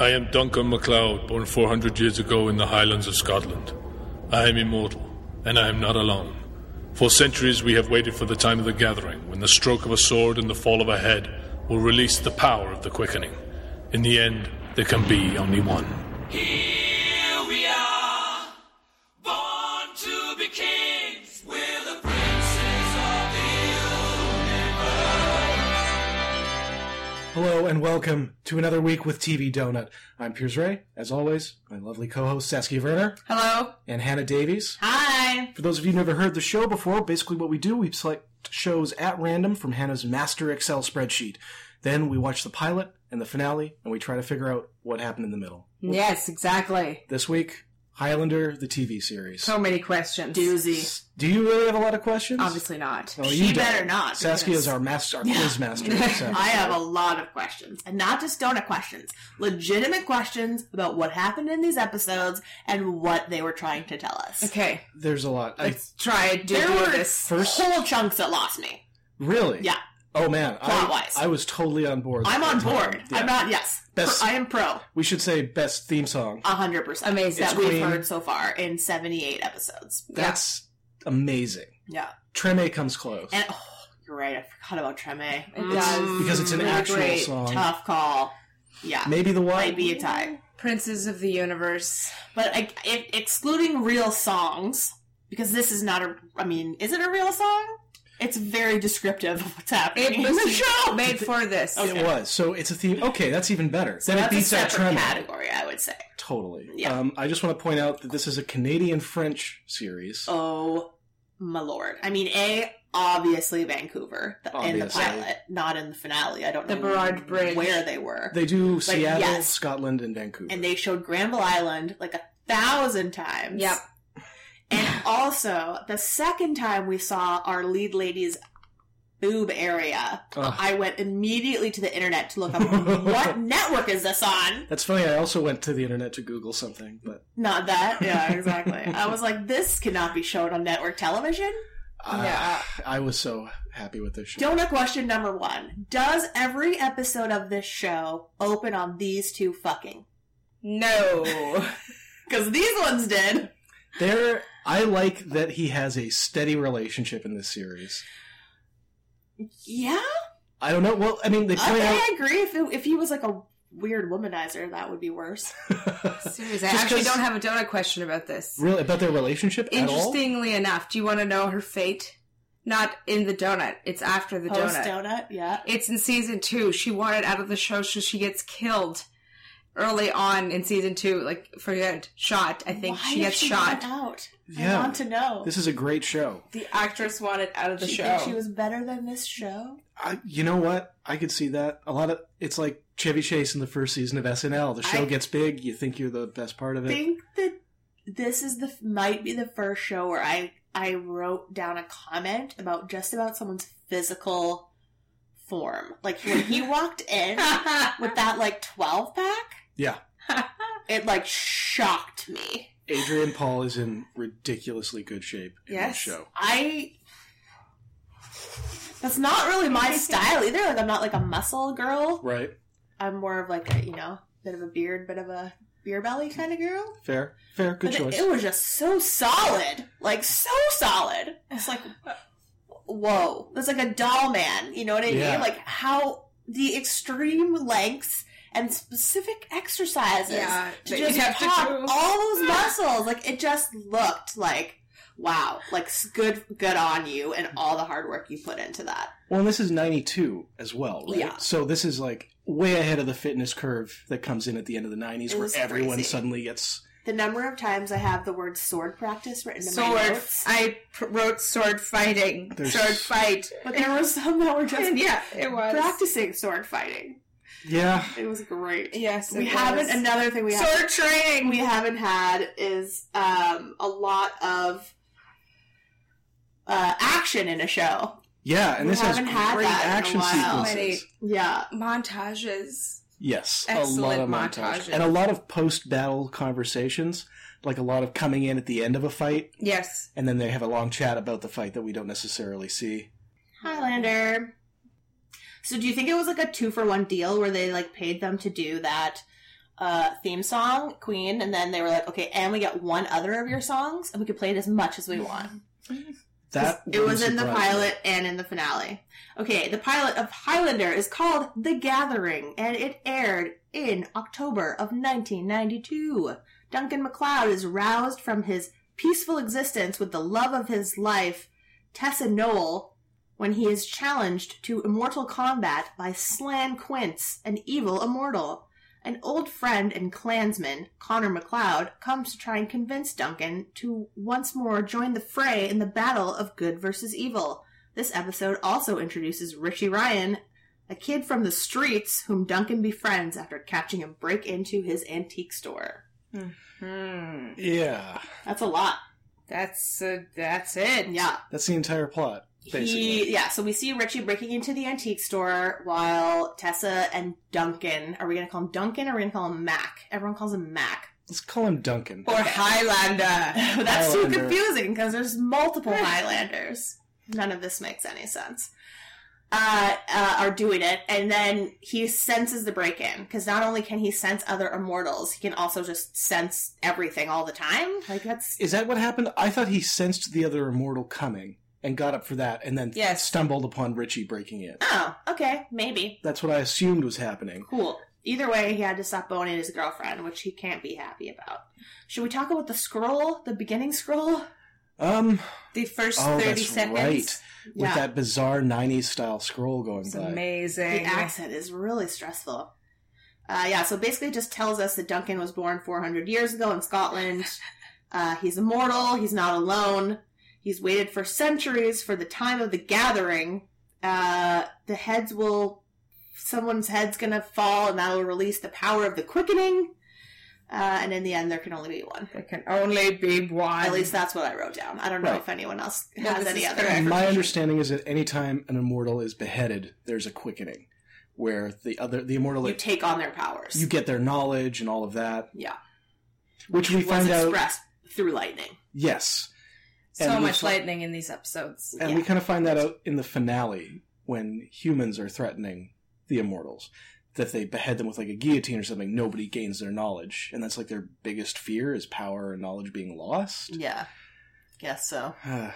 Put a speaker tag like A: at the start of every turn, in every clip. A: I am Duncan MacLeod, born 400 years ago in the Highlands of Scotland. I am immortal, and I am not alone. For centuries, we have waited for the time of the gathering, when the stroke of a sword and the fall of a head will release the power of the quickening. In the end, there can be only one.
B: Here we are, born to be kings. We're the princes of the
C: Hello and welcome to another week with TV Donut. I'm Piers Ray, as always, my lovely co-host Saskia Werner
D: Hello.
C: and Hannah Davies.
D: Hi.
C: For those of you who've never heard the show before, basically what we do, we select shows at random from Hannah's master Excel spreadsheet. Then we watch the pilot and the finale, and we try to figure out what happened in the middle.
D: Yes, exactly.
C: This week, Highlander, the TV series.
D: So many questions. Doozy.
C: do you really have a lot of questions?
D: Obviously not.
C: No, Oh, you
E: She
C: don't.
E: better not,
C: Saskia
E: because-
C: is our master, our quiz master. So-
E: I have a lot of questions, and not just donut questions, legitimate questions about what happened in these episodes and what they were trying to tell us.
D: Okay,
C: There's a lot. I,
D: let's try to do
E: There were
D: this.
C: first,
E: whole chunks that lost me.
C: really?
E: Yeah,
C: Oh man, I,
E: Plot-wise.
C: I was totally on board.
E: I'm on
C: that time.
E: board.
C: Yeah.
E: I'm not. Yes,
C: Best-
E: I am pro.
C: We should say best theme song.
E: hundred percent.
D: Amazing.
E: that
C: It's
E: we've
C: Queen.
E: heard so far in 78 episodes.
C: That's amazing.
E: Yeah,
C: Treme comes close
E: and oh, you're right. I forgot about Treme.
D: Mm.
E: It does.
C: because it's an
E: Really
C: actual
E: great,
C: song. Mm.
E: Tough call. Yeah,
C: Maybe the one.
E: might be a tie.
D: Princes of the Universe.
E: But I, if, excluding real songs, because this is not a. I mean, is it a real song? It's very descriptive of what's happening
D: It
E: in
D: was
E: the show.
D: made for this.
C: It was. So it's a theme. Okay, that's even better. then it
E: That's a
C: beats out
E: separate
C: Treme.
E: category, I would say.
C: Totally.
E: Yeah.
C: Um, I just want to point out that this is a Canadian French series.
E: Oh my lord! I mean, a obviously Vancouver th- in the
C: Obviously.
E: pilot, not in the finale. I don't
D: The
E: know
D: Burrard Bridge.
E: where they were,
C: They do Seattle,
E: yes.
C: Scotland, and Vancouver.
E: and they showed Granville Island like a thousand times.
D: Yep.
E: And also, the second time we saw our lead lady's boob area,
C: Ugh.
E: I went immediately to the internet to look up what network is this on.
C: that's funny. I also went to the internet to Google something, but
E: Not that, yeah, exactly. I was like, this cannot be shown on network television.
C: uh,
D: Yeah.
C: I was so happy with this show.
E: Donut question number one: Does every episode of this show open on these two fucking?
D: No.
E: Because these ones did.
C: There, I like that he has a steady relationship in this series.
E: Yeah,
C: I don't know. Well, I mean, they
E: I,
C: play out.
E: I agree. If it, if he was like a weird womanizer, that would be worse.
D: Seriously, I
C: Just
D: actually
C: 'cause-
D: don't have a donut question about this.
C: Really, about their relationship at all?
D: Interestingly enough, do you want to know her fate? Not in the donut. It's after the
E: Post
D: donut.
E: donut, yeah.
D: It's in season two. She wanted out of the show, so she gets killed early on in season two. Like for good, shot. I think
E: Why
D: she
E: is
D: gets
E: not
D: shot.
E: Out?
C: Yeah.
E: I want to know.
C: This is a great show.
D: The actress wanted out of
E: Do you think she was better than this show?
C: I, you know what? I could see that. A lot of it's like Chevy Chase in the first season of SNL. The show
E: I-
C: gets big. You think you're the best part of
E: I
C: it.
E: think that this is the might be the first show where I I wrote down a comment about just about someone's physical form. Like when he walked in with that like twelve pack,
C: Yeah,
E: it like shocked me.
C: Adrian Paul is in ridiculously good shape in
D: Yes.
C: this show.
E: I that's not really my style either. Like I'm not like a muscle girl.
C: Right?
E: I'm more of like a you know bit of a beard, bit of a beer belly kind of girl.
C: Fair, fair, good
E: but it-
C: choice.
E: It, was just so solid, like so solid. It's like, whoa, that's like a doll man. You know what I
C: Yeah.
E: mean? Like how the extreme lengths and specific exercises
D: Yeah,
E: to
D: that you
E: just
D: have to
E: pop
D: do.
E: all those muscles. Like it just looked like wow, like s- good, good on you and all the hard work you put into that.
C: well, and this is '92 as well, right?
E: Yeah.
C: So this is like way ahead of the fitness curve that comes in at the end of the '90s,
E: It
C: where
E: was
C: everyone
E: crazy.
C: suddenly gets.
E: The number of times I have the word sword practice written in my
D: sword.
E: notes.
D: I pr- wrote sword fighting.
C: There's-
D: Sword fight.
E: but there were some that were
D: And
E: just
D: yeah, it was.
E: practicing sword fighting.
C: Yeah,
E: It was great.
D: Yes,
E: we
D: it
E: haven't.
D: was.
E: Another thing we haven't,
D: sword training.
E: we haven't had is um, a lot of uh, action in a show.
C: yeah, and
E: We
C: this has
E: haven't had
C: great
E: that in a
C: action
E: while.
C: sequences.
E: Yeah,
D: montages.
C: Yes, a lot
D: Excellent
C: of montage.
D: montages.
C: and a lot of post-battle conversations, like a lot of coming in at the end of a fight,
D: Yes.
C: and then they have a long chat about the fight that we don't necessarily see.
E: Highlander. So, do you think it was like a two for one deal where they like paid them to do that uh, theme song, Queen, and then they were like, okay, and we got one other of your songs, and we could play it as much as we want.
C: That
E: it was
C: wouldn't
E: in the
C: surprise me.
E: pilot and in the finale. Okay, the pilot of Highlander is called The Gathering, and it aired in October of 1992. Duncan MacLeod is roused from his peaceful existence with the love of his life, Tessa Noel, when he is challenged to immortal combat by Slan Quince, an evil immortal. An old friend and clansman, Connor MacLeod, comes to try and convince Duncan to once more join the fray in the battle of good versus evil. This episode also introduces Richie Ryan, a kid from the streets whom Duncan befriends after catching him break into his antique store.
D: Hmm.
C: Yeah,
E: That's a lot.
D: That's uh, that's
C: Oh
D: it.
E: Yeah.
C: that's the entire plot. Basically,
E: He, yeah, so we see Richie breaking into the antique store while Tessa and Duncan, are we going to call him Duncan or are we going to call him Mac? Everyone calls him Mac.
C: let's call him Duncan.
D: Or Highlander.
E: But that's too
C: Highlander.
E: confusing because there's multiple Highlanders. None of this makes any sense. Uh, uh, are doing it, and then he senses the break in because not only can he sense other immortals, he can also just sense everything all the time. Like that's
C: Is that what happened? I thought he sensed the other immortal coming and got up for that, and then
D: Yes.
C: stumbled upon Richie breaking in.
E: oh okay maybe
C: That's what I assumed was happening.
E: cool. Either way, he had to stop boning his girlfriend, which he can't be happy about. Should we talk about the scroll, the beginning scroll?
C: Um,
D: The first
C: Oh,
D: thirty
C: that's
D: seconds.
C: right. with
E: Yeah.
C: that bizarre '90s style scroll going
D: It's
C: by.
D: amazing.
E: The accent is really stressful. Uh, yeah, so basically it just tells us that Duncan was born 400 years ago in Scotland. Uh, he's immortal, he's not alone. He's waited for centuries for the time of the gathering. Uh, the heads will, someone's head's gonna fall, and that'll release the power of the quickening. Uh, and in the end, there can only be one.
D: There can only be one.
E: At least that's what I wrote down. I don't know
C: Right.
E: if anyone else
D: No,
E: has
D: this
E: any
D: is
E: other.
D: correct.
C: My understanding is that any time an immortal is beheaded, there's a quickening, where the other the immortal
E: You take on their powers.
C: you get their knowledge and all of that.
E: Yeah.
C: Which we
E: was
C: find out
E: expressed through lightning.
C: yes. and
D: so
C: we
D: much
C: fi-
D: lightning in these episodes.
C: And we
E: Yeah.
C: kind of find that out in the finale when humans are threatening the immortals. That they behead them with like a guillotine or something, nobody gains their knowledge. And that's like their biggest fear is power and knowledge being lost.
E: Yeah. Guess so.
C: Yeah.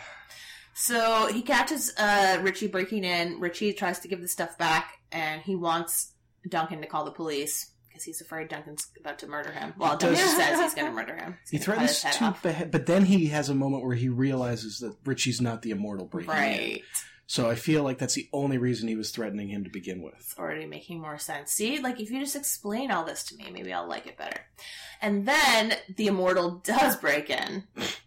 E: So he catches uh, Richie breaking in. Richie tries to give the stuff back, and he wants Duncan to call the police because he's afraid Duncan's about to murder him. Well, Duncan
C: does-
E: says he's going to murder him. He's
C: he
E: gonna cut his
C: threatens
E: head
C: to
E: off.
C: behead, but then he has a moment where he realizes that Richie's not the immortal breaking in.
E: Right.
C: So I feel like that's the only reason he was threatening him to begin with.
E: It's already making more sense. See, like if you just explain all this to me, maybe I'll like it better. And then the immortal does break in.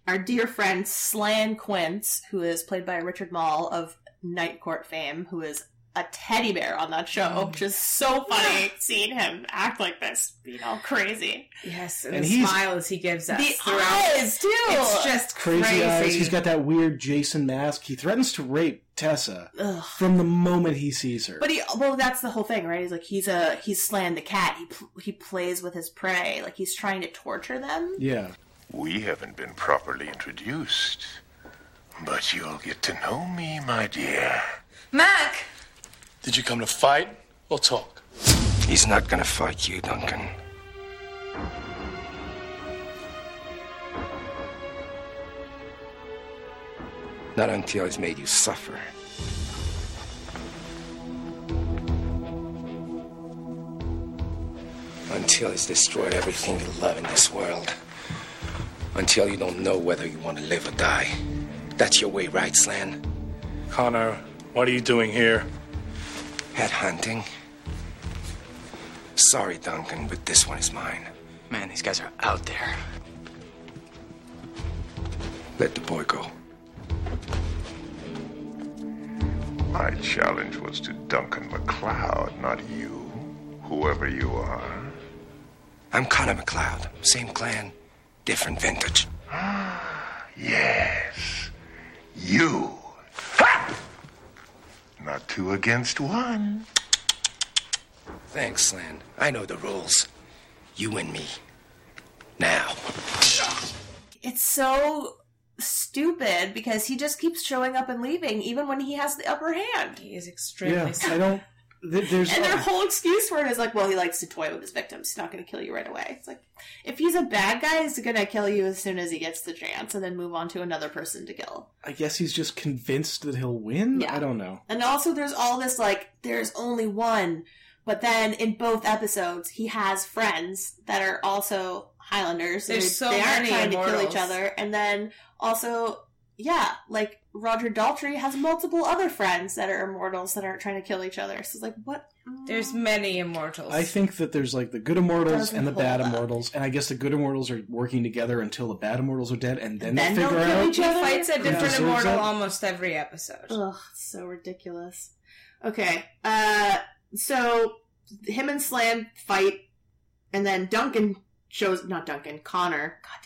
E: Our dear friend Slan Quince, who is played by Richard Mall of Night Court fame, who is a teddy bear on that
D: Mm.
E: show, which is so funny seeing him act like this, you know, crazy.
D: Yes, and,
C: And
D: the
C: he's-
D: smiles he gives us.
E: the
D: throughout.
E: eyes too.
D: It's just
C: Crazy,
D: crazy.
C: eyes. He's got that weird Jason mask. He threatens to rape Tessa
E: Ugh.
C: from the moment he sees her.
E: But he, well, that's the whole thing, right? He's like he's a he's Slan the cat. He pl- he plays with his prey, like he's trying to torture them.
C: yeah.
F: We haven't been properly introduced. But you'll get to know me, my dear.
G: Mac!
H: Did you come to fight or talk?
I: He's not gonna fight you, Duncan. Not until he's made you suffer. Until he's destroyed everything you love in this world. Until you don't know whether you want to live or die. That's your way, right, Slan?
H: Connor, what are you doing here?
I: Head hunting. Sorry, Duncan, but this one is mine.
J: Man, these guys are out there.
I: Let the boy go.
F: My challenge was to Duncan MacLeod, not you, whoever you are.
I: I'm Connor McLeod. Same clan, different vintage.
F: Yes, you. Ha! Not two against one.
I: Thanks, Slan. I know the rules. You and me. Now.
E: it's so stupid because he just keeps showing up and leaving even when he has the upper hand.
D: He is extremely
C: Yeah.
D: smart.
C: I don't Th- There's
E: And their whole excuse for it is like, well, he likes to toy with his victims. He's not going to kill you right away. It's like, if he's a bad guy, he's going to kill you as soon as he gets the chance and then move on to another person to kill.
C: I guess he's just convinced that he'll win.
E: Yeah.
C: I don't know.
E: And also, there's all this like, there's only one. But then in both episodes, he has friends that are also Highlanders.
D: There's
E: They-
D: so
E: they aren't
D: many
E: trying to kill
D: immortals.
E: each other. And then also, yeah, like Roger Daltrey has multiple other friends that are immortals that aren't trying to kill each other. So it's like, what?
D: There's many immortals.
C: I think that there's like the good immortals
E: Doesn't
C: and the bad
E: hold up.
C: immortals, and I guess the good immortals are working together until the bad immortals are dead, and then,
E: Then
C: they
E: they'll
C: figure
E: kill
C: out.
E: each
D: he
E: other.
D: fights a
E: Who
D: different
C: deserves
D: immortal
C: it?
D: almost every episode.
E: Ugh, so ridiculous. Okay, uh, so him and Slam fight, and then Duncan shows not Duncan Connor. God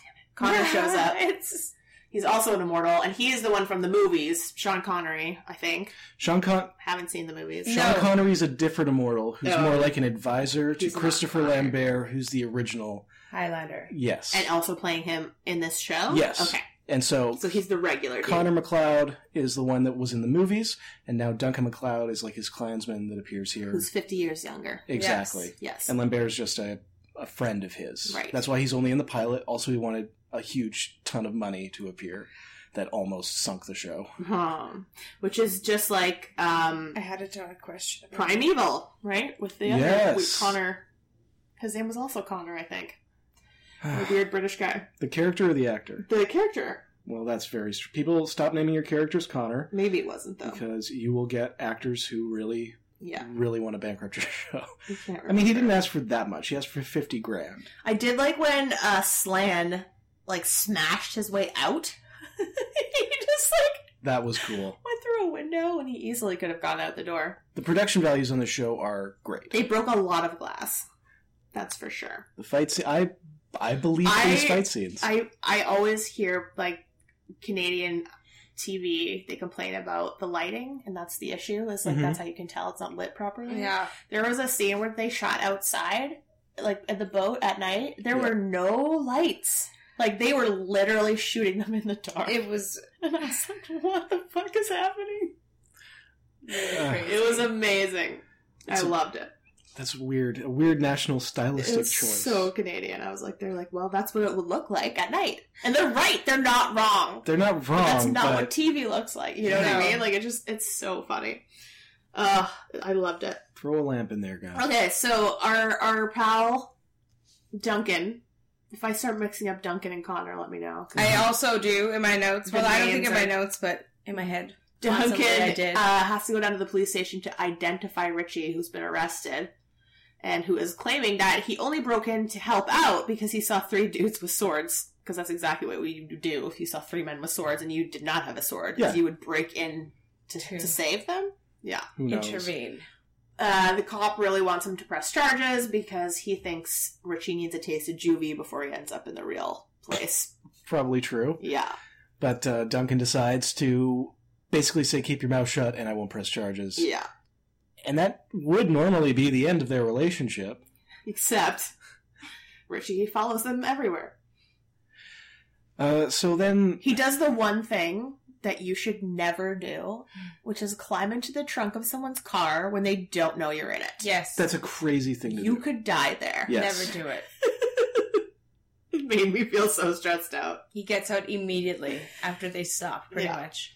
E: damn it, Connor shows up.
D: It's
E: He's also an immortal, and he is the one from the movies, Sean Connery, I think.
C: Sean, Con-
E: Haven't seen the movies.
C: Sean Connery's a different immortal who's
E: No.
C: more like an advisor to
E: Oh. He's not
C: Christopher
E: Connor.
C: Lambert, who's the original.
D: Highlander.
C: Yes.
E: and also playing him in this show.
C: Yes.
E: Okay,
C: And so,
E: so he's the regular.
C: Connor McLeod is the one that was in the movies, and now Duncan McLeod is like his clansman that appears
E: dude,
C: here.
E: who's fifty years younger.
C: exactly.
E: Yes.
C: And Lambert is just a, a friend of his.
E: Right.
C: That's why he's only in the pilot. Also, he wanted a huge ton of money to appear that almost sunk the show.
E: Um, which is just like um,
G: I had a ton of question. about it.
E: Primeval, right? With the other
C: Yes.
E: with Connor. His name was also Connor, I think. The weird British guy.
C: the character or the actor?
E: The character.
C: Well, that's very. Str- People stop naming your characters Connor
E: Maybe it wasn't though.
C: because you will get actors who really,
E: Yeah.
C: really want to bankrupt your show.
E: I can't
C: I mean, he
E: remember.
C: didn't ask for that much. He asked for fifty grand.
E: I did like when uh Slan like smashed his way out. he just like
C: That was cool.
E: went through a window and he easily could have gone out the door.
C: The production values on the show are great.
E: They broke a lot of glass. That's for sure.
C: The fight scene, I, I believe
E: I-
C: these fight scenes.
E: I I always hear like Canadian TV they complain about the lighting and that's the issue is like
C: Mhm.
E: that's how you can tell it's not lit properly.
D: Yeah.
E: There was a scene where they shot outside like at the boat at night. There
C: Yeah.
E: were no lights. Like they were literally shooting them in the dark.
D: It was
E: and I was like, "What the fuck is happening?"
C: Ugh.
E: It was amazing.
C: It's
E: I
C: a
E: loved it.
C: That's weird. A weird national stylistic
E: It was
C: choice.
E: so Canadian. I was like, "They're like, well, that's what it would look like at night," and they're right. They're not wrong.
C: They're not wrong.
E: But that's not
C: but
E: what TV looks like. You know what
D: No.
E: I mean? Like it just it's so funny. Uh I loved it.
C: throw a lamp in there, guys.
E: Okay, so our our pal Duncan. If I start mixing up Duncan and Connor, let me know.
D: I also do in my notes.
E: The
D: Well, I don't think
E: names
D: in my
E: are-
D: notes, but in my head. Lots of
E: Duncan
D: what I did.
E: Uh, has to go down to the police station to identify Richie, who's been arrested, and who is claiming that he only broke in to help out because he saw three dudes with swords. Because that's exactly what you do if you saw three men with swords and you did not have a sword. is
C: Yeah.
E: You would break in to,
D: True.
E: to save them.
C: Who knows?
D: Intervene.
E: Uh, the cop really wants him to press charges because he thinks Richie needs a taste of juvie before he ends up in the real place.
C: Probably true.
E: Yeah.
C: But uh, Duncan decides to basically say, "Keep your mouth shut," and I won't press charges.
E: Yeah.
C: And that would normally be the end of their relationship.
E: Except Richie follows them everywhere.
C: Uh, so then,
E: He does the one thing that you should never do, which is climb into the trunk of someone's car when they don't know you're in it.
D: Yes.
C: that's a crazy thing to
E: You
C: do.
E: could die there.
C: Yeah. yes.
D: Never do it.
E: It made me feel so stressed out.
D: He gets out immediately after they stop, pretty
E: Yeah.
D: much.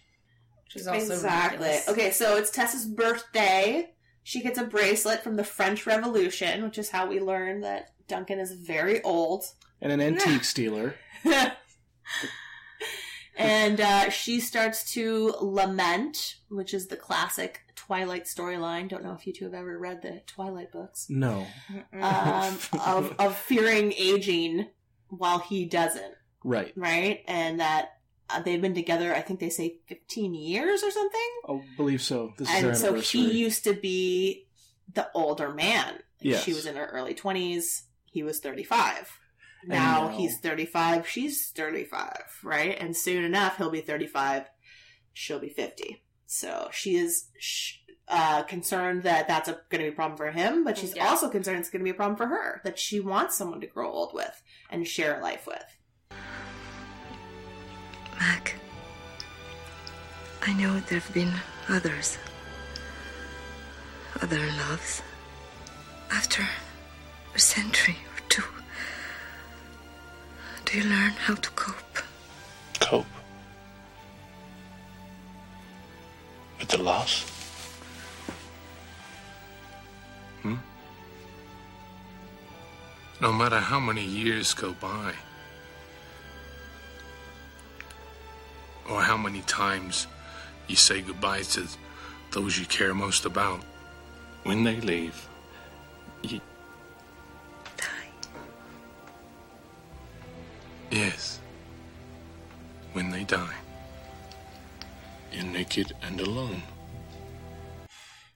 D: Which is also
E: exactly.
D: ridiculous.
E: Okay, so it's Tessa's birthday. She gets a bracelet from the French Revolution, which is how we learn that Duncan is very old.
C: and an antique stealer.
E: and uh, she starts to lament, which is the classic Twilight storyline. Don't know if you two have ever read the Twilight books.
C: No,
E: um, of of fearing aging while he doesn't,
C: right?
E: right? And that uh, they've been together. I think they say fifteen years or something.
C: I believe so. This is their
E: and so
C: anniversary.
E: he used to be the older man. Like,
C: Yes.
E: She was in her early twenties. He was thirty five. Now
C: now-
E: he's thirty five. She's thirty five, right? And soon enough, he'll be thirty five. She'll be fifty. So she is. Sh- uh, concerned that that's going to be a problem for him, but she's
D: Yeah.
E: also concerned it's going to be a problem for her that she wants someone to grow old with and share a life with.
G: Mac, I know there have been others. other loves after a century or two. Do you learn how to cope?
H: Cope. With the loss? Hmm?
K: No matter how many years go by, or how many times you say goodbye to those you care most about, when they leave, you. Die. Yes. When they die, you're naked and alone.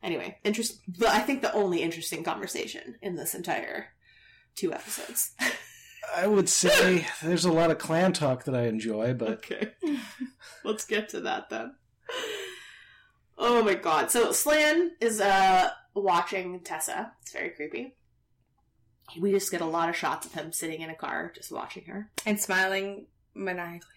E: Anyway, interest. But I think the only interesting conversation in this entire two episodes.
C: I would say there's a lot of clan talk that I enjoy, but
E: okay, let's get to that then. Oh my god! So Slan is uh watching Tessa. It's very creepy. We just get a lot of shots of him sitting in a car, just watching her.
D: and smiling maniacally.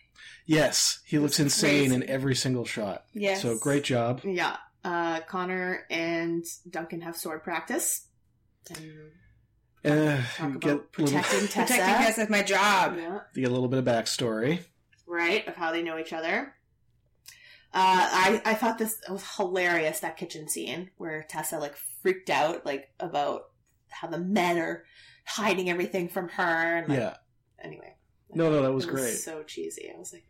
C: yes, he looks insane in every single shot.
E: Yes.
C: So great job.
E: Yeah. Uh, Connor and Duncan have sword practice. And
C: Uh, get a little,
E: protecting Tessa.
D: Protecting Tessa is my job.
E: Yeah.
C: get a little bit of backstory.
E: right? Of how they know each other. Uh, I I thought this was hilarious that kitchen scene where Tessa like freaked out like about how the men are hiding everything from her. And, like,
C: Yeah.
E: Anyway,
C: No, no, that was
E: it
C: great.
E: So cheesy. I was like,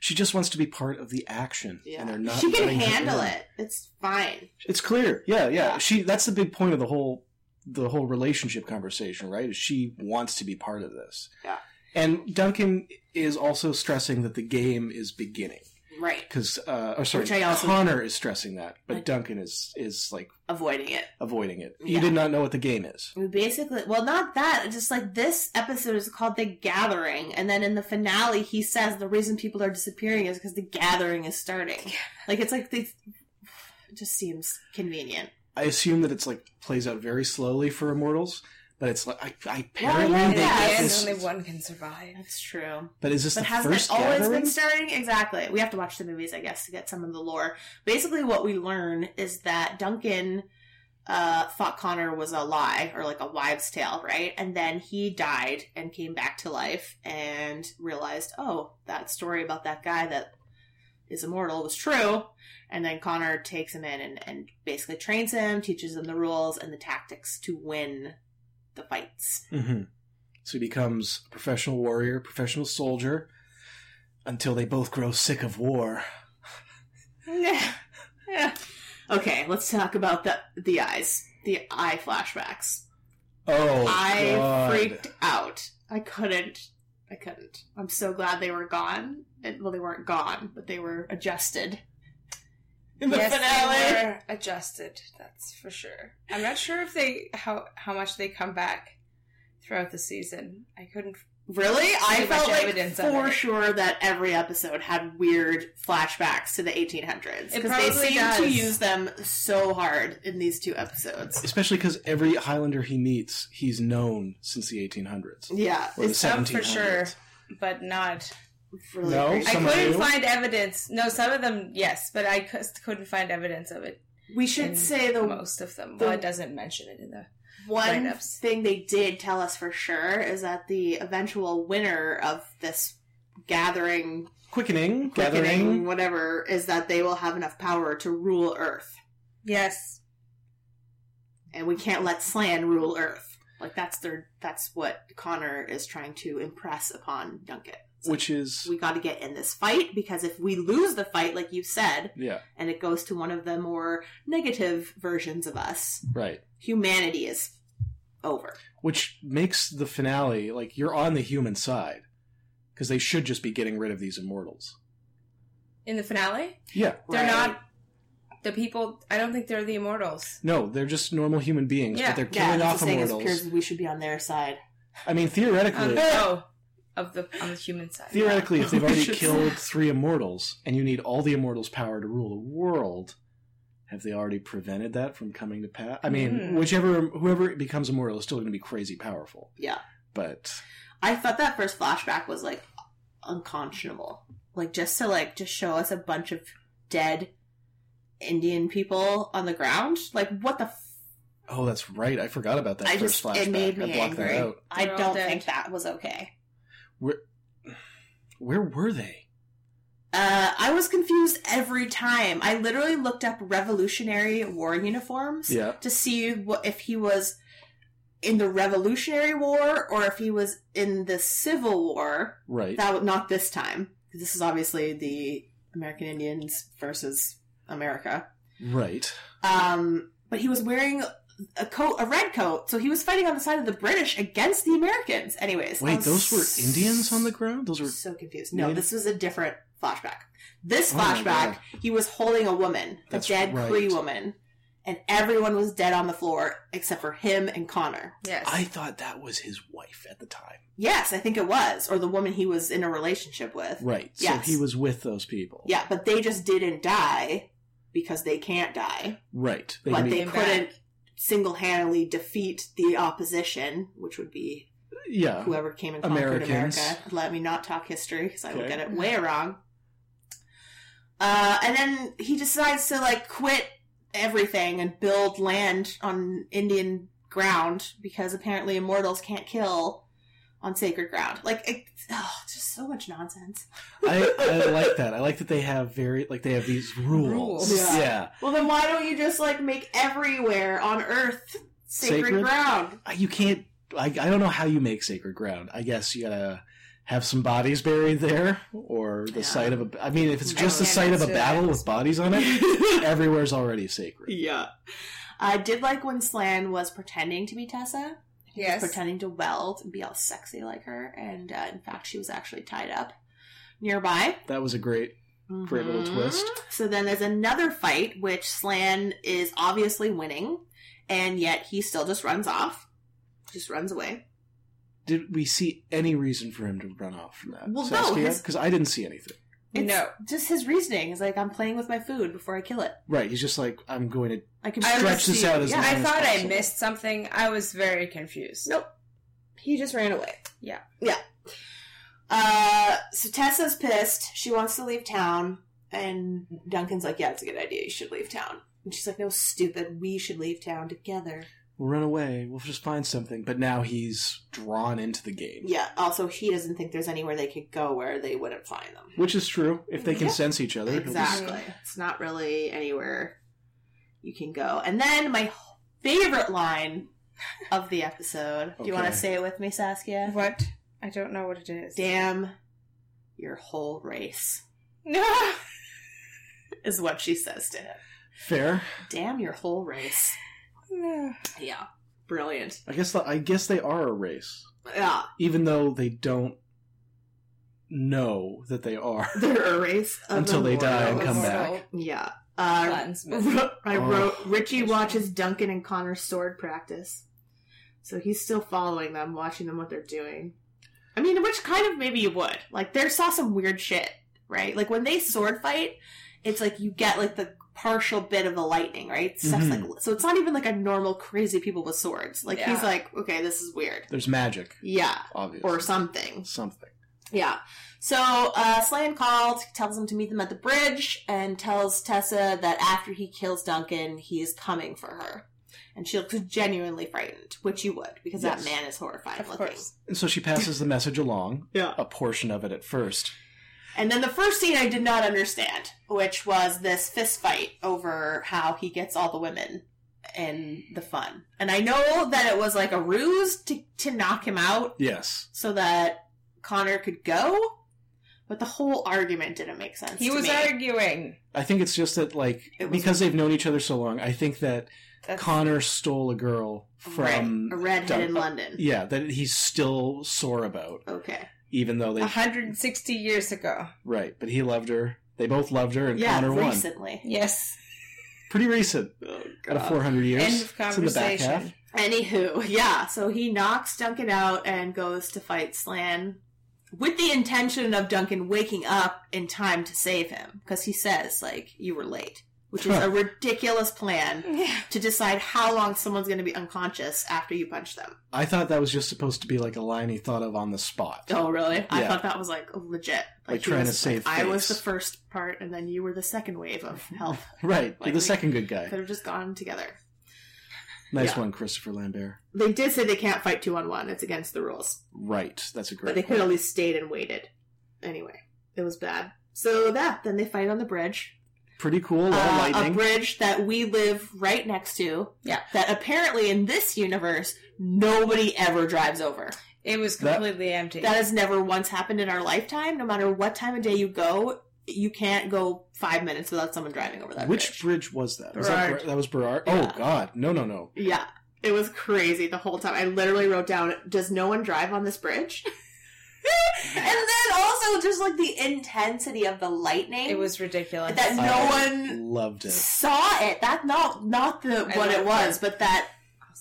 C: She just wants to be part of the action,
E: yeah,
C: and they're not.
E: she can
C: letting her
E: handle
C: in.
E: it. It's fine.
C: It's clear. Yeah, yeah. She that's the big point of the whole the whole relationship conversation, right? Is she wants to be part of this.
E: Yeah.
C: And Duncan is also stressing that the game is beginning
E: Right.
C: because uh or sorry,
E: Which I also-
C: Connor is stressing that, but Duncan is is like
E: Avoiding it.
C: avoiding it.
E: Yeah.
C: You did not know what the game is.
E: We basically, well, not that. it's Just like this episode is called The Gathering, and then in the finale, he says the reason people are disappearing is because the gathering is starting. Like it's like they, it just seems convenient.
C: I assume that it's like plays out very slowly for Immortals, but it's like I, I
E: Well,
C: apparently
E: yeah,
C: they get
E: yeah,
C: this-
E: it's only
D: one can survive.
E: That's true.
C: But is this
E: but
C: the
E: hasn't
C: first
E: it always
C: gathering?
E: been starting? Exactly. We have to watch the movies, I guess, to get some of the lore. Basically, what we learn is that Duncan uh, thought Connor was a lie or like a wives' tale, right? And then he died and came back to life and realized, oh, that story about that guy that is immortal was true. And then Connor takes him in and, and basically trains him, teaches him the rules and the tactics to win the fights.
C: hmm So he becomes a professional warrior, professional soldier, until they both grow sick of war.
E: Yeah. Yeah. Okay, let's talk about the the eyes. The eye flashbacks.
C: Oh,
E: I
C: God.
E: freaked out. I couldn't. I couldn't. I'm so glad they were gone. And, well, they weren't gone, but they were adjusted. In the
D: yes,
E: finale.
D: they were adjusted. That's for sure. I'm not sure if they how how much they come back throughout the season. I couldn't
E: Really? I
D: see
E: felt
D: much
E: like
D: evidence of
E: for
D: it.
E: sure that every episode had weird flashbacks to the 1800s
D: It
E: because they
D: probably
E: seem to
D: does.
E: use them so hard in these two episodes.
C: Especially because every Highlander he meets, he's known since the 1800s.
E: Yeah,
C: Or the
D: it's some
C: 1700s.
D: for sure, but not.
E: Really
C: No,
E: crazy.
D: I
C: Some
D: couldn't
C: do.
D: find evidence. No, some of them yes, but I cou- couldn't find evidence of it.
E: we should
D: in
E: say the
D: most of them.
E: the-
D: well, it doesn't mention it in the
E: One
D: lineups.
E: thing they did tell us for sure is that the eventual winner of this gathering,
C: Quickening,
E: quickening,
C: gathering.
E: whatever, is that they will have enough power to rule Earth,
D: Yes,
E: and we can't let Slan rule Earth. Like that's their that's what Connor is trying to impress upon Duncan.
C: Which is,
E: We got to get in this fight because if we lose the fight, like you said,
C: yeah,
E: and it goes to one of the more negative versions of us,
C: right.
E: humanity is over.
C: Which makes the finale, like, you're on the human side. Because they should just be getting rid of these immortals.
D: in the finale,
C: Yeah.
D: they're
E: Right.
D: not the people. I don't think they're the immortals.
C: No, they're just normal human beings,
D: Yeah,
C: but they're
E: Yeah,
C: killing
E: that's
C: off
E: the thing is,
C: immortals.
E: Piers, we should be on their side.
C: I mean,
D: Um,
C: theoretically,
D: oh, of the on the human side.
C: Theoretically, if they've already
D: Should-
C: killed three immortals and you need all the immortals' power to rule the world, have they already prevented that from coming to pass? I mean,
D: Hmm.
C: whichever whoever becomes immortal is still going to be crazy powerful,
E: Yeah.
C: but
E: I thought that first flashback was like unconscionable. Like just to like just show us a bunch of dead Indian people on the ground. Like, what the? F-
C: Oh, that's right. I forgot about that
E: I
C: first
E: just
C: flashback.
E: it made
C: I
E: me
C: blocked
E: angry.
C: that out.
E: I
D: They're all
E: don't
D: dead.
E: think that was okay.
C: Where where were they?
E: Uh, I was confused every time. I literally looked up Revolutionary War uniforms
C: Yeah.
E: to see what if he was in the Revolutionary War or if he was in the Civil War.
C: Right.
E: That would not this time. This is obviously the American Indians versus America.
C: Right.
E: Um, but he was wearing a coat, a red coat, so he was fighting on the side of the British against the Americans. Anyways, I
C: Wait,
E: was
C: those were Indians on the ground? Those were
E: so confused. No,
C: Native-
E: this was a different flashback. This
C: Oh my
E: flashback,
C: God.
E: he was holding a woman, a
C: That's
E: dead
C: right.
E: Cree woman, and everyone was dead on the floor except for him and Connor.
D: Yes.
C: I thought that was his wife at the time.
E: Yes, I think it was, or the woman he was in a relationship with.
C: Right.
E: Yes.
C: So he was with those people.
E: Yeah, but they just didn't die because they can't die,
C: Right.
E: but
C: can be-
E: they
D: Came back.
E: couldn't single-handedly defeat the opposition, which would be
C: yeah.
E: whoever came and conquered
C: Uh, Americans.
E: America. Let me not talk history because I will
C: Okay.
E: get it way wrong. Uh, and then he decides to like quit everything and build land on Indian ground because apparently immortals can't kill on sacred ground. Like, it, oh, just so much nonsense.
C: I, I like that. I like that they have very like they have these rules.
D: Rules.
E: Yeah.
C: Yeah.
E: Well, then why don't you just like make everywhere on Earth sacred,
C: Sacred?
E: ground?
C: I- You can't I, I don't know how you make sacred ground. I guess you gotta have some bodies buried there or the
E: Yeah.
C: site of a I mean if it's
E: I
C: just the
E: don't
C: site of a
D: understand.
C: battle with bodies on it, everywhere's already sacred.
E: yeah. I did like when Slan was pretending to be Tessa. was
D: Yes.
E: pretending to weld and be all sexy like her. And uh, in fact, she was actually tied up nearby.
C: That was a great Great little
E: Mhm.
C: twist.
E: So then there's another fight, which Slan is obviously winning, and yet he still just runs off. Just runs away.
C: did we see any reason for him to run off from that?
E: Well, no, his-
C: because I didn't see anything.
D: No.
E: Just his reasoning is like, I'm playing with my food before I kill it.
C: Right, he's just like, I'm going to.
E: I can
D: I was-
C: Stretch this out as
E: yeah.
C: long
D: I
C: as
D: thought I
C: possible.
D: missed something. I was very confused.
E: Nope. He just ran away.
D: Yeah.
E: Yeah. Uh, so Tessa's pissed. She wants to leave town. And Duncan's like, yeah, it's a good idea. You should leave town. And she's like, no, stupid. We should leave town together.
C: We'll run away. We'll just find something. But now he's drawn into the game,
E: Yeah. Also, he doesn't think there's anywhere they could go where they wouldn't find them.
C: which is true. If they can
E: Yeah.
C: sense each other, it'll be-
E: Exactly. It's not really anywhere you can go. And then my favorite line of the episode. Do you want to
C: Okay.
E: say it with me, Saskia?
D: What? I don't know what it is.
E: Damn your whole race.
D: No.
E: is what she says to him.
C: fair.
E: Damn your whole race.
D: No.
E: Yeah. Brilliant.
C: I guess. The, I guess they are a race,
E: Yeah.
C: even though they don't know that they are.
E: They're a race. of
C: Until they die and
E: immortals.
C: come back.
E: Yeah. Uh, I
C: Oh.
E: wrote Richie watches Duncan and Connor's sword practice. So he's still following them, watching them what they're doing. I mean, which kind of maybe you would. Like they saw some weird shit, right? Like when they sword fight, it's like you get like the partial bit of the lightning, right? Stuff's
C: Mhm.
E: like so it's not even like a normal crazy people with swords. Like he's
D: Yeah.
E: like, okay, this is weird.
C: There's magic,
E: Yeah.
C: obviously,
E: Or something.
C: something.
E: Yeah. So uh, Slan called, tells them to meet them at the bridge, and tells Tessa that after he kills Duncan, he is coming for her. And she looks genuinely frightened, which you would, because
C: Yes.
E: that man is horrifying
D: Of
E: looking.
D: course.
C: And so she passes the message along.
E: Yeah.
C: A portion of it at first.
E: And then the first scene I did not understand, which was this fist fight over how he gets all the women and the fun. And I know that it was like a ruse to, to knock him out
C: Yes.
E: so that Connor could go, but the whole argument didn't make sense.
D: He
E: to
D: was
E: me.
D: arguing.
C: I think it's just that, like,
E: It was-
C: because they've known each other so long, I think that
D: That's-
C: Connor stole a girl from
E: right, a redhead in
C: Dun-
E: London.
C: yeah that he's still sore about,
E: Okay.
C: even though they
D: 160 years ago.
C: right. But he loved her. They both loved her, and
E: Yeah,
C: Connor won.
E: recently.
D: Yes.
C: Pretty recent, out
E: Uh,
C: of four hundred years.
D: End of
C: It's in the back
D: conversation.
C: half.
E: Anywho, yeah. So he knocks Duncan out and goes to fight Slan with the intention of Duncan waking up in time to save him because he says like you were late. which is a ridiculous plan to decide how long someone's going to be unconscious after you punch them.
C: I thought that was just supposed to be like a line he thought of on the spot.
E: Oh, really? I
C: Yeah.
E: thought that was like legit.
C: Like
E: he
C: trying
E: was-
C: to save
E: I was the
C: face.
E: first part, and then you were the second wave of help.
C: Right, you're
E: Like,
C: the
E: we
C: second good guy.
E: Could have just gone together.
C: Nice
E: yeah.
C: one, Christopher Lambert.
E: They did say they can't fight two on one; it's against the rules.
C: Right, that's a great.
E: but they could
C: point.
E: at least stayed and waited. Anyway, it was bad. So that then they fight on the bridge.
C: Pretty cool. All
E: Uh, a
C: lightning.
E: bridge that we live right next to.
D: Yeah.
E: That apparently in this universe nobody ever drives over.
D: It was
C: That-
D: completely empty.
E: That has never once happened in our lifetime. No matter what time of day you go, you can't go five minutes without someone driving over that.
C: Which bridge was that? Was that,
E: Burrard.
C: Ber- that was Berard.
E: Yeah.
C: Oh God, no, no, no.
E: bridge. Yeah. It was crazy the whole time. I literally wrote down, "Does no one drive on this bridge?" and then also just like the intensity of the lightning.
D: it was ridiculous.
E: that no
C: I
E: one
C: loved it.
E: saw it. That's not not the
D: I
E: what
D: love
E: it was, but that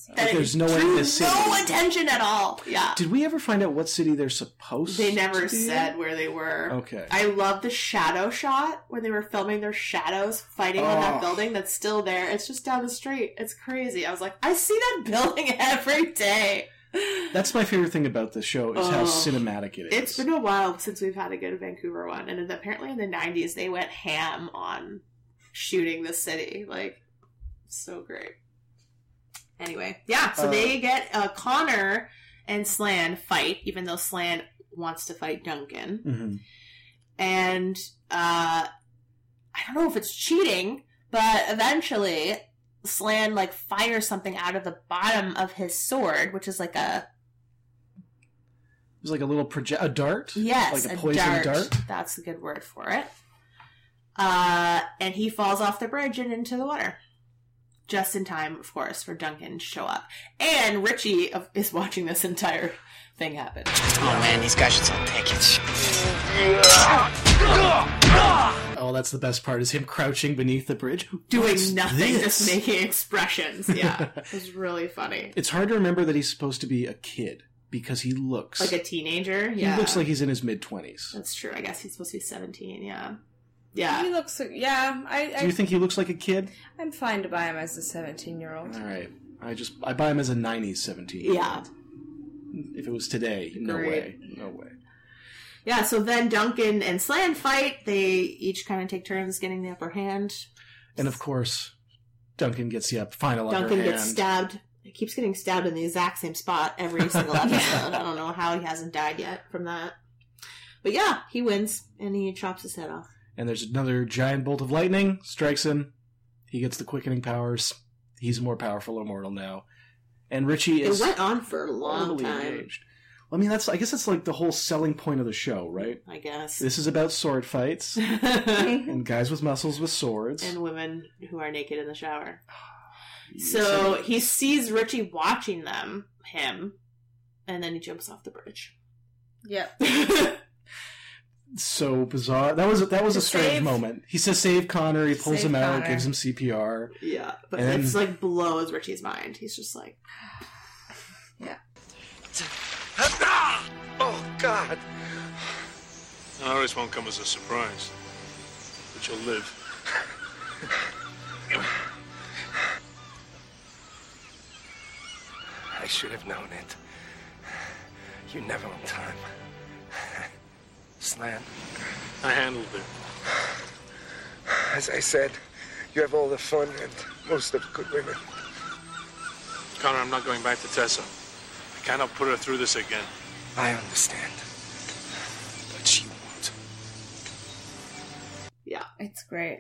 E: that
C: Like,
E: it
C: there's no one in
E: drew
C: the city.
E: no attention at all. Yeah,
C: Did we ever find out what city they're supposed?
E: they never
C: to be in?
E: said where they were.
C: Okay.
E: I love the shadow shot when they were filming their shadows fighting on
C: Oh.
E: that building that's still there. It's just down the street. It's crazy. I was like, I see that building every day.
C: That's my favorite thing about this show is how
E: Oh.
C: cinematic it is.
E: It's been a while since we've had a good Vancouver one, and apparently in the '90s they went ham on shooting the city. Like, so great. Anyway, yeah. So
C: Uh,
E: they get uh, Connor and Slan fight, even though Slan wants to fight Duncan,
C: Mhm.
E: and uh, I don't know if it's cheating, but eventually Slan like fires something out of the bottom of his sword, which is like a
C: It was like a little proje- a dart.
E: Yes,
C: like a, poison dart.
E: That's the good word for it. Uh, and he falls off the bridge and into the water. Just in time, of course, for Duncan to show up. And Richie of- is watching this entire thing happen.
J: Oh man, these guys should sell tickets.
C: Oh, that's the best part is him crouching beneath the bridge,
E: Doing
C: What's
E: nothing,
C: this?
E: just making expressions. Yeah. it was really funny.
C: It's hard to remember that he's supposed to be a kid because he looks
E: Like a teenager.
C: he
E: Yeah.
C: looks like he's in his mid twenties.
E: That's true. I guess he's supposed to be 17. Yeah.
D: He
E: Yeah.
D: looks. Yeah, I. I
C: Do you think he looks like a kid?
D: I'm fine to buy him as a 17 year old.
C: All right, I just I buy him as a '90s 17.
E: Yeah.
C: If it was today, no
E: Great.
C: way, no way.
E: Yeah. So then Duncan and Slan fight. They each kind of take turns getting the upper hand.
C: And of course, Duncan gets the up final
E: Duncan
C: upper hand.
E: gets stabbed. He keeps getting stabbed in the exact same spot every single episode. I don't know how he hasn't died yet from that. But yeah, he wins and he chops his head off.
C: And there's another giant bolt of lightning strikes him. He gets the quickening powers. He's a more powerful immortal now. And Richie is
E: it went on for a long
C: totally
E: time,
C: engaged. Well, I mean, that's I guess that's like the whole selling point of the show, right?
E: I guess.
C: This is about sword fights
E: and
C: and guys with muscles with swords.
E: women who are naked in the shower. So he sees Richie watching them, him, and then he jumps off the bridge.
D: Yep.
C: so bizarre. That was that was a
D: To
C: strange
D: save-
C: moment. He says, "Save Connor." He pulls
D: Save
C: him out,
D: Connor.
C: gives him CPR.
E: yeah, but
C: And-
E: it's like blows Richie's mind. He's just like,
I: Oh, God.
A: Ours won't come as a surprise. But you'll live.
I: I should have known it. You're never on time. Slan,
A: I handled it.
I: as I said, you have all the fun and most of the good women.
A: Connor, I'm not going back to Tessa. I cannot put her through this again.
I: I understand. But she won't.
D: It's great.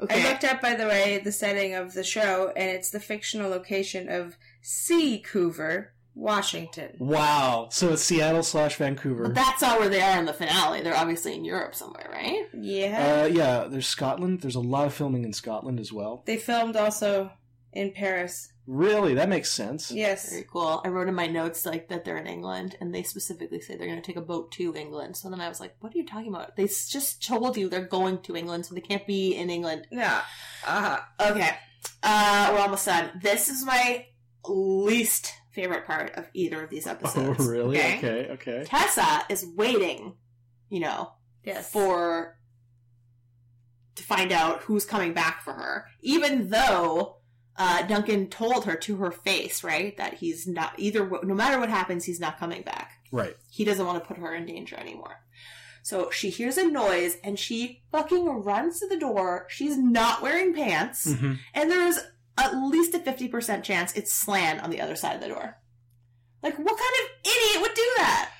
E: okay,
D: I looked up, by the way, the setting of the show, and it's the fictional location of Seacouver, Washington.
C: Wow. So it's Seattle slash Vancouver.
E: But that's not where they are in the finale. They're obviously in Europe somewhere, right?
D: Yeah.
C: Uh, yeah, there's Scotland. There's a lot of filming in Scotland as well.
D: they filmed also in Paris.
C: Really, that makes sense.
D: Yes.
E: Very cool. I wrote in my notes like that they're in England, and they specifically say they're going to take a boat to England. So then I was like, "What are you talking about? They s- just told you they're going to England, so they can't be in England."
D: Yeah. Uh,
E: Uh-huh. Okay, uh, we're almost done. This is my least favorite part of either of these
C: Oh,
E: episodes.
C: really?
E: okay?
C: Okay, okay.
E: Tessa is waiting, you know,
D: yes.
E: for to find out who's coming back for her, even though uh, Duncan told her to her face, right, that he's not either. No matter what happens, he's not coming back.
C: Right.
E: He doesn't want to put her in danger anymore. So she hears a noise and she fucking runs to the door. She's not wearing pants,
C: Mhm.
E: and there is at least a fifty percent chance it's Slan on the other side of the door. Like, what kind of idiot would do that?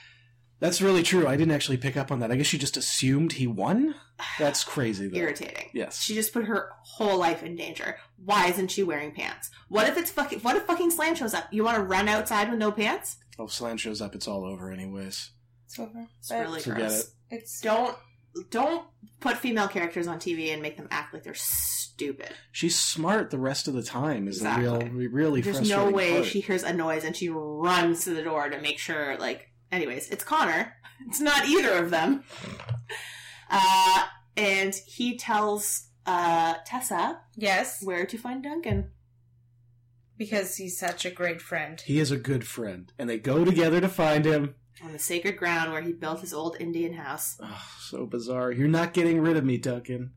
C: That's really true. I didn't actually pick up on that. I guess you just assumed he won? That's crazy, though.
E: Irritating.
C: Yes.
E: She just put her whole life in danger. Why isn't she wearing pants? What if it's fucking? What if fucking Slan shows up? You want to run outside with no pants?
C: Oh, if Slan shows up, it's all over, anyways.
E: It's over. It's
C: But-
E: really
C: Forget
E: gross.
C: it.
E: It's don't don't put female characters on TV and make them act like they're stupid.
C: She's smart the rest of the time, is the real, re- really
E: There's no
C: frustrating
E: way
C: part.
E: she hears a noise and she runs to the door to make sure. Like, anyways, it's Connor. It's not either of them. Uh, and he tells uh, Tessa,
D: yes,
E: where to find Duncan.
D: Because he's such a great friend.
C: He is a good friend, and they go together to find him.
E: on the sacred ground where he built his old Indian house.
C: So bizarre. You're not getting rid of me, Duncan.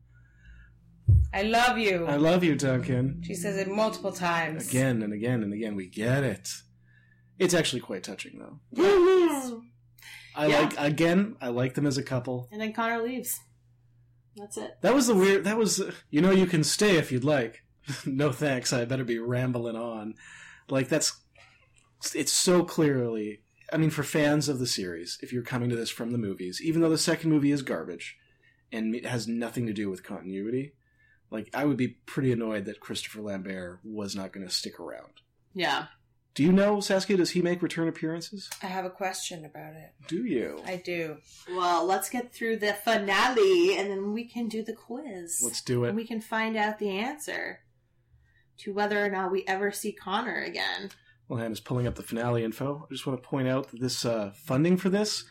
D: I love you.
C: I love you, Duncan.
D: she says it multiple times.
C: Again and again and again, we get it. It's actually quite touching, though.
E: and
C: I
E: Yeah.
C: like again. I like them as a couple.
E: then Connor leaves. That's it.
C: That was the weird. That was you know you can stay if you'd like. no thanks. I better be rambling on. Like that's. It's so clearly. I mean, for fans of the series, if you're coming to this from the movies, even though the second movie is garbage, and it has nothing to do with continuity, like I would be pretty annoyed that Christopher Lambert was not going to stick around.
E: Yeah.
C: Do you know Saskia? Does he make return appearances?
D: I have a question about it.
C: Do you?
D: I do.
E: Well, let's get through the finale and then we can do the quiz.
C: Let's do it.
E: And we can find out the answer to whether or not we ever see Connor again.
C: Well, Hannah's pulling up the finale info. I just want to point out that this uh, funding for this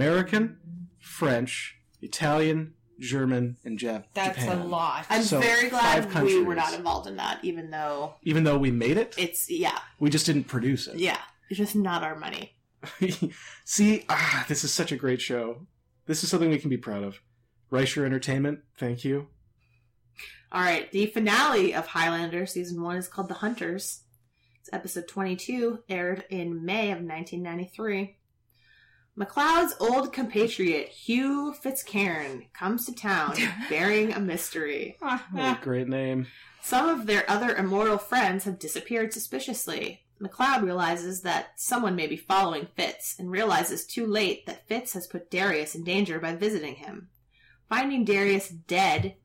C: American, French, Italian, German, and Jap-
D: That's
C: Japan.
D: a lot.
E: I'm
C: So,
E: very glad
C: five
E: we were
C: countries.
E: not involved in that, even though
C: Even though we made it,
E: it's, yeah,
C: we just didn't produce it.
E: yeah. It's just not our money.
C: See, ah, this is such a great show. This is something we can be proud of. Reicher Entertainment, thank you.
E: All right, the finale of Highlander season one is called The Hunters. It's episode 22, aired in May of 1993. McLeod's old compatriot, Hugh Fitzcairn, comes to town bearing a mystery.
D: Ah.
C: What a great name.
E: Some of their other immortal friends have disappeared suspiciously. McLeod realizes that someone may be following Fitz and realizes too late that Fitz has put Darius in danger by visiting him. Finding Darius dead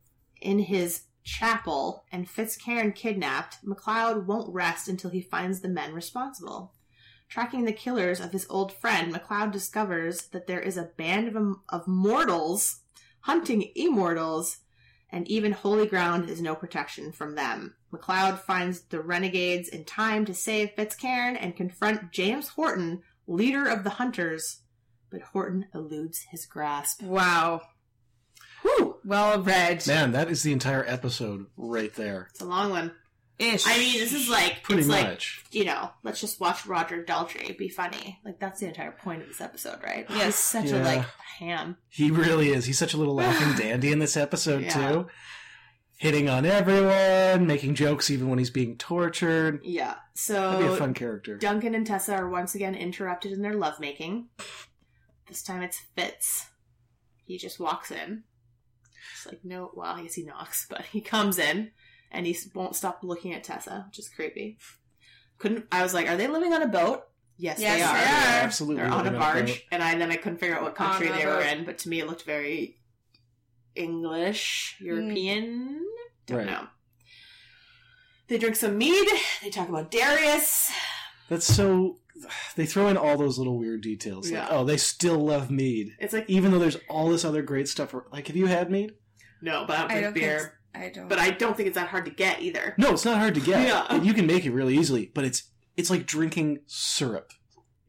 E: in his chapel and Fitzcairn kidnapped, McLeod won't rest until he finds the men responsible. Tracking the killers of his old friend, McLeod discovers that there is a band of, of mortals hunting immortals and even holy ground is no protection from them. McLeod finds the renegades in time to save Fitzcairn and confront James Horton, leader of the hunters, but Horton eludes his grasp.
D: Wow.
E: Whew!
D: Well read.
C: Man, that is the entire episode right there.
E: It's a long one.
D: Ish.
E: I mean, this is like,
C: Pretty
E: it's
C: much.
E: like, you know, let's just watch Roger Daltrey be funny. Like, that's the entire point of this episode, right?
D: Yes.
E: He's such a,
C: Yeah.
E: like, ham.
C: He really is. He's such a little laughing dandy in this episode,
E: Yeah.
C: too. Hitting on everyone, making jokes even when he's being tortured.
E: Yeah.
C: That'd be
E: So,
C: a fun character.
E: Duncan and Tessa are once again interrupted in their lovemaking. This time it's Fitz. He just walks in. It's like, no, well, I guess he knocks, but he comes in and he s- won't stop looking at Tessa, which is creepy. Couldn't, I was like, are they living on a boat? Yes,
D: Yes,
E: they are.
D: they are.
C: They're absolutely
E: They're on a
C: living on a
E: barge,
C: boat.
E: and I then I couldn't figure out what
D: On
E: country
D: a
E: they were
D: boat.
E: in, but to me it looked very English, European. Don't
C: Right.
E: know. They drink some mead. They talk about Darius.
C: That's so. They throw in all those little weird details. Like,
E: Yeah.
C: oh, they still love mead.
E: It's like
C: Even though there's all this other great stuff. ar- Like, have you had mead?
E: No, but I don't
D: I
E: drink
D: don't
E: beer.
D: think. I don't.
E: But I don't think it's that hard to get either.
C: No, it's not hard to get.
E: Yeah.
C: And you can make it really easily, but it's it's like drinking syrup.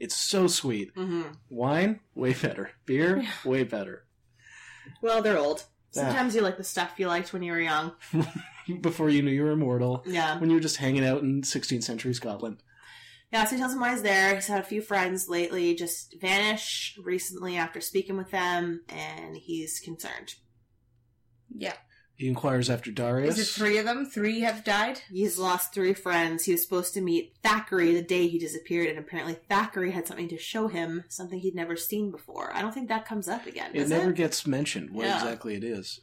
C: It's so sweet.
E: Mm-hmm.
C: Wine, way better. Beer, way better.
E: Well, they're old.
C: Yeah.
E: Sometimes you like the stuff you liked when you were young.
C: Before you knew you were immortal,
E: Yeah.
C: when you were just hanging out in 16th century Scotland.
E: Yeah, so he tells him why he's there. He's had a few friends lately just vanish recently after speaking with them, and he's concerned.
D: yeah.
C: He inquires after Darius.
D: Is it three of them? Three have died?
E: He's lost three friends. He was supposed to meet Thackeray the day he disappeared, and apparently Thackeray had something to show him, something he'd never seen before. I don't think that comes up again.
C: it
E: does
C: never gets mentioned what
E: Yeah.
C: exactly it is.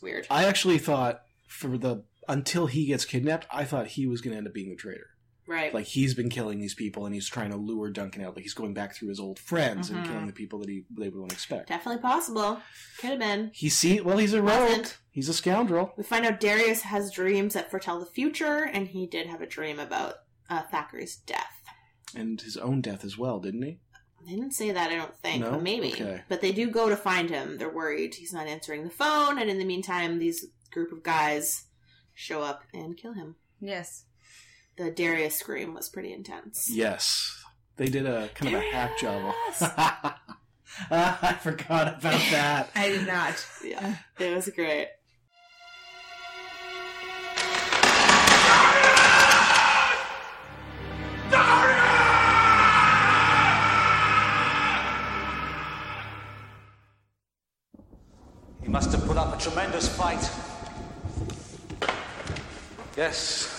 E: Weird.
C: I actually thought for the until he gets kidnapped, I thought he was going to end up being the traitor.
E: Right.
C: Like he's been killing these people and he's trying to lure Duncan out. Like he's going back through his old friends
E: Mhm.
C: and killing the people that he they wouldn't expect.
E: Definitely possible. Could have been.
C: He see well, he's a rogue.
E: Wasn't.
C: He's a scoundrel.
E: We find out Darius has dreams that foretell the future, and he did have a dream about uh, Thackeray's death.
C: and his own death as well, didn't he?
E: They didn't say that, I don't think.
C: No?
E: But maybe.
C: Okay.
E: But they do go to find him. They're worried. He's not answering the phone, and in the meantime, these group of guys show up and kill him.
D: Yes.
E: The Darius scream was pretty intense.
C: Yes, they did a kind of a hack job. on- Ah, I forgot about that.
D: I did not.
E: Yeah. It was great.
L: He must have put up a tremendous fight. Yes.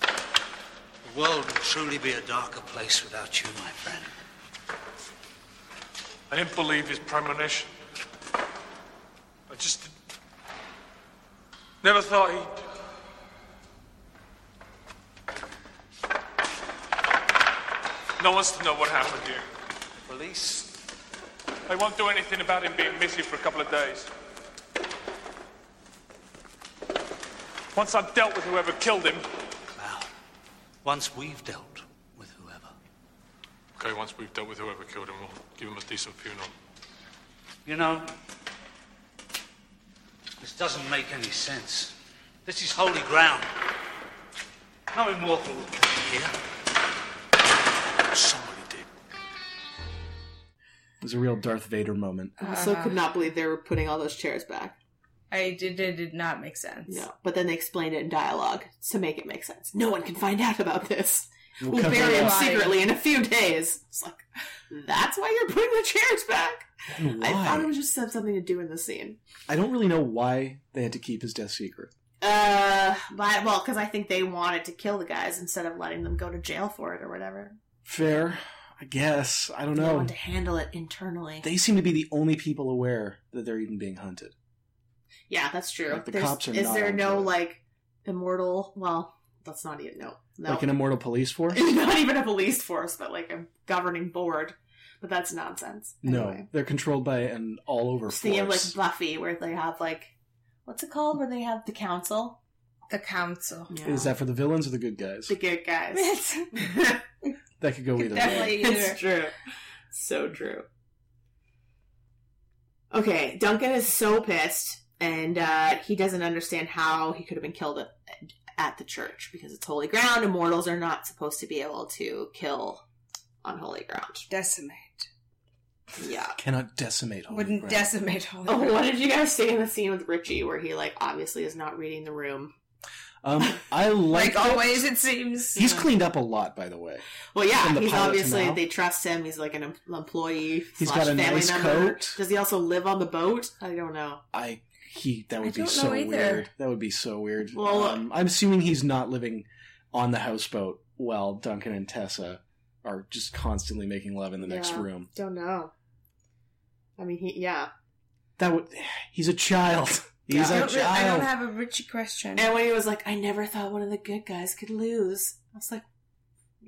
L: The world would truly be a darker place without you, my friend.
A: I didn't believe his premonition. I just never thought he. No one's to know what happened here.
L: Police?
A: They won't do anything about him being missing for a couple of days. Once I've dealt with whoever killed him.
L: Once we've dealt.
A: Okay, once we've dealt with whoever killed him, we'll give him a decent funeral.
L: You know, this doesn't make any sense. This is holy ground. No immortal would come here. Somebody did.
C: It was a real Darth Vader moment.
E: I also could not believe they were putting all those chairs back.
D: I did, it did not make sense.
E: No. But then they explained it in dialogue to make it make sense. No one can find out about this.
C: We'll
E: We'll,
C: cover
E: bury
C: it
E: him
C: up.
E: secretly in a few days. It's like, that's why you're putting the chairs back?
C: And
E: I thought it
C: why?
E: was just something to do in the scene.
C: I don't really know why they had to keep his death secret.
E: Uh, but, well, because I think they wanted to kill the guys instead of letting them go to jail for it or whatever.
C: Fair, I guess. I don't
E: They
C: know.
E: wanted to handle it internally.
C: They seem to be the only people aware that they're even being hunted.
E: yeah, that's true.
C: Like, the
E: There's-
C: cops are
E: is
C: not
E: there
C: onto
E: no like immortal? Well, that's not even no, no.
C: Like an immortal police force?
E: not even a police force, but like a governing board. But that's nonsense.
C: No, they're controlled by an all over
E: Just thinking of
C: force.
E: like Buffy, where they have like what's it called? Where they have the council,
D: the council.
C: Is that for the villains or the good guys?
E: the good guys?
D: It's
C: That could go either way.
D: definitely either.
E: It's true. So true. Okay, Duncan is so pissed, and uh, he doesn't understand how he could have been killed at, at the church because it's holy ground. Immortals are not supposed to be able to kill on holy ground.
D: Decimate.
E: Yeah.
C: Cannot decimate. Holy
D: Wouldn't
C: Grail.
D: decimate holy
E: Oh,
D: ground.
E: what did you guys say in the scene with Richie where he like obviously is not reading the room?
C: Um, I like.
D: Like always, it seems.
C: He's cleaned up a lot, by the way.
E: Well, yeah,
C: From the
E: he's
C: pilot to
E: obviously
C: now.
E: they trust him. He's like an em- employee.
C: He's
E: slash
C: got a
E: family
C: nice
E: member.
C: coat.
E: Does he also live on the boat? I don't know.
C: I he that would be
E: don't
C: so
E: know either.
C: weird. That would be so weird.
E: Well-
C: um, I'm assuming he's not living on the houseboat while Duncan and Tessa are just constantly making love in the next
E: Yeah,
C: room.
E: Don't know. I mean, he yeah.
C: That would he's a child. He's
D: I
C: a
D: don't, re- I don't
C: child.
D: have a Richie question.
E: And when he was like, I never thought one of the good guys could lose. I was like,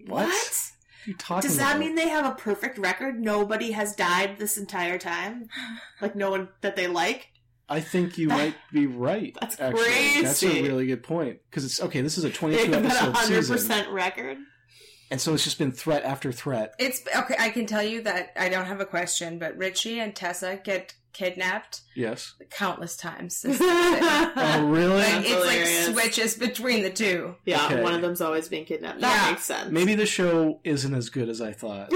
C: What?
E: what?
C: What are you talking
E: Does that
C: about?
E: mean they have a perfect record? Nobody has died this entire time. Like no one that they like.
C: I think you might be right. That's actually. That's a
E: crazy.
C: really good point because it's okay. This is a
E: They
C: 22
E: have a
C: episode
E: hundred
C: season,
E: percent record.
C: and so it's just been threat after threat.
D: It's okay. I can tell you that I don't have a question, but Richie and Tessa get kidnapped
C: Yes.
D: countless times. This season.
C: Oh really?
D: Like, it's
E: hilarious.
D: like switches between the two.
E: Yeah,
C: Okay.
E: one of them's always being kidnapped. That
D: Yeah.
E: makes sense.
C: Maybe the show isn't as good as I thought.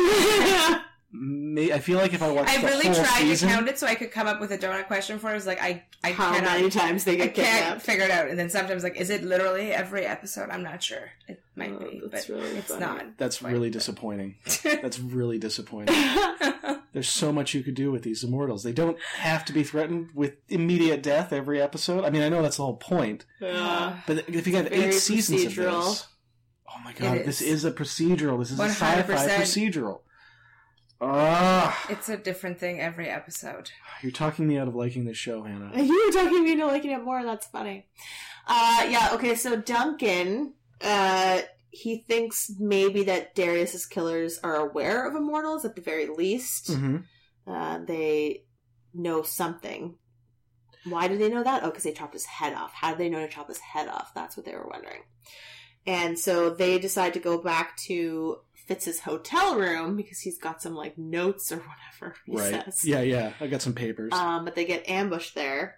C: May, I feel like if I watched,
D: I
C: the
D: really
C: whole
D: tried
C: season,
D: to count it so I could come up with a donut question for it. It was like I, I
E: How
D: cannot,
E: many times they
D: I
E: get
D: can't
E: kidnapped.
D: figure it out. And then sometimes like, is it literally every episode? I'm not sure. It might
E: Oh,
D: be, but it's not.
C: That's really disappointing. That's really disappointing. There's so much you could do with these immortals. They don't have to be threatened with immediate death every episode. I mean, I know that's the whole point,
D: Uh,
E: Yeah.
C: but if you got
E: Very
C: eight seasons of
E: procedural.
C: this, oh my god,
D: It
C: this is
D: is.
C: a procedural. This is a sci-fi
D: 100%.
C: procedural. Ah,
D: It's a different thing every episode.
C: you're talking me out of liking this show, Hannah.
E: You were talking me into liking it more. That's funny. Uh, yeah. Okay. So Duncan, uh, he thinks maybe that Darius's killers are aware of immortals at the very least.
C: Mhm.
E: Uh, they know something. Why do they know that? Oh, because they chopped his head off. How did they know to chop his head off? That's what they were wondering. And so they decide to go back to Fitz's hotel room because he's got some like notes or whatever he
C: Right?
E: says.
C: Yeah, yeah. I got some papers.
E: Um, but they get ambushed there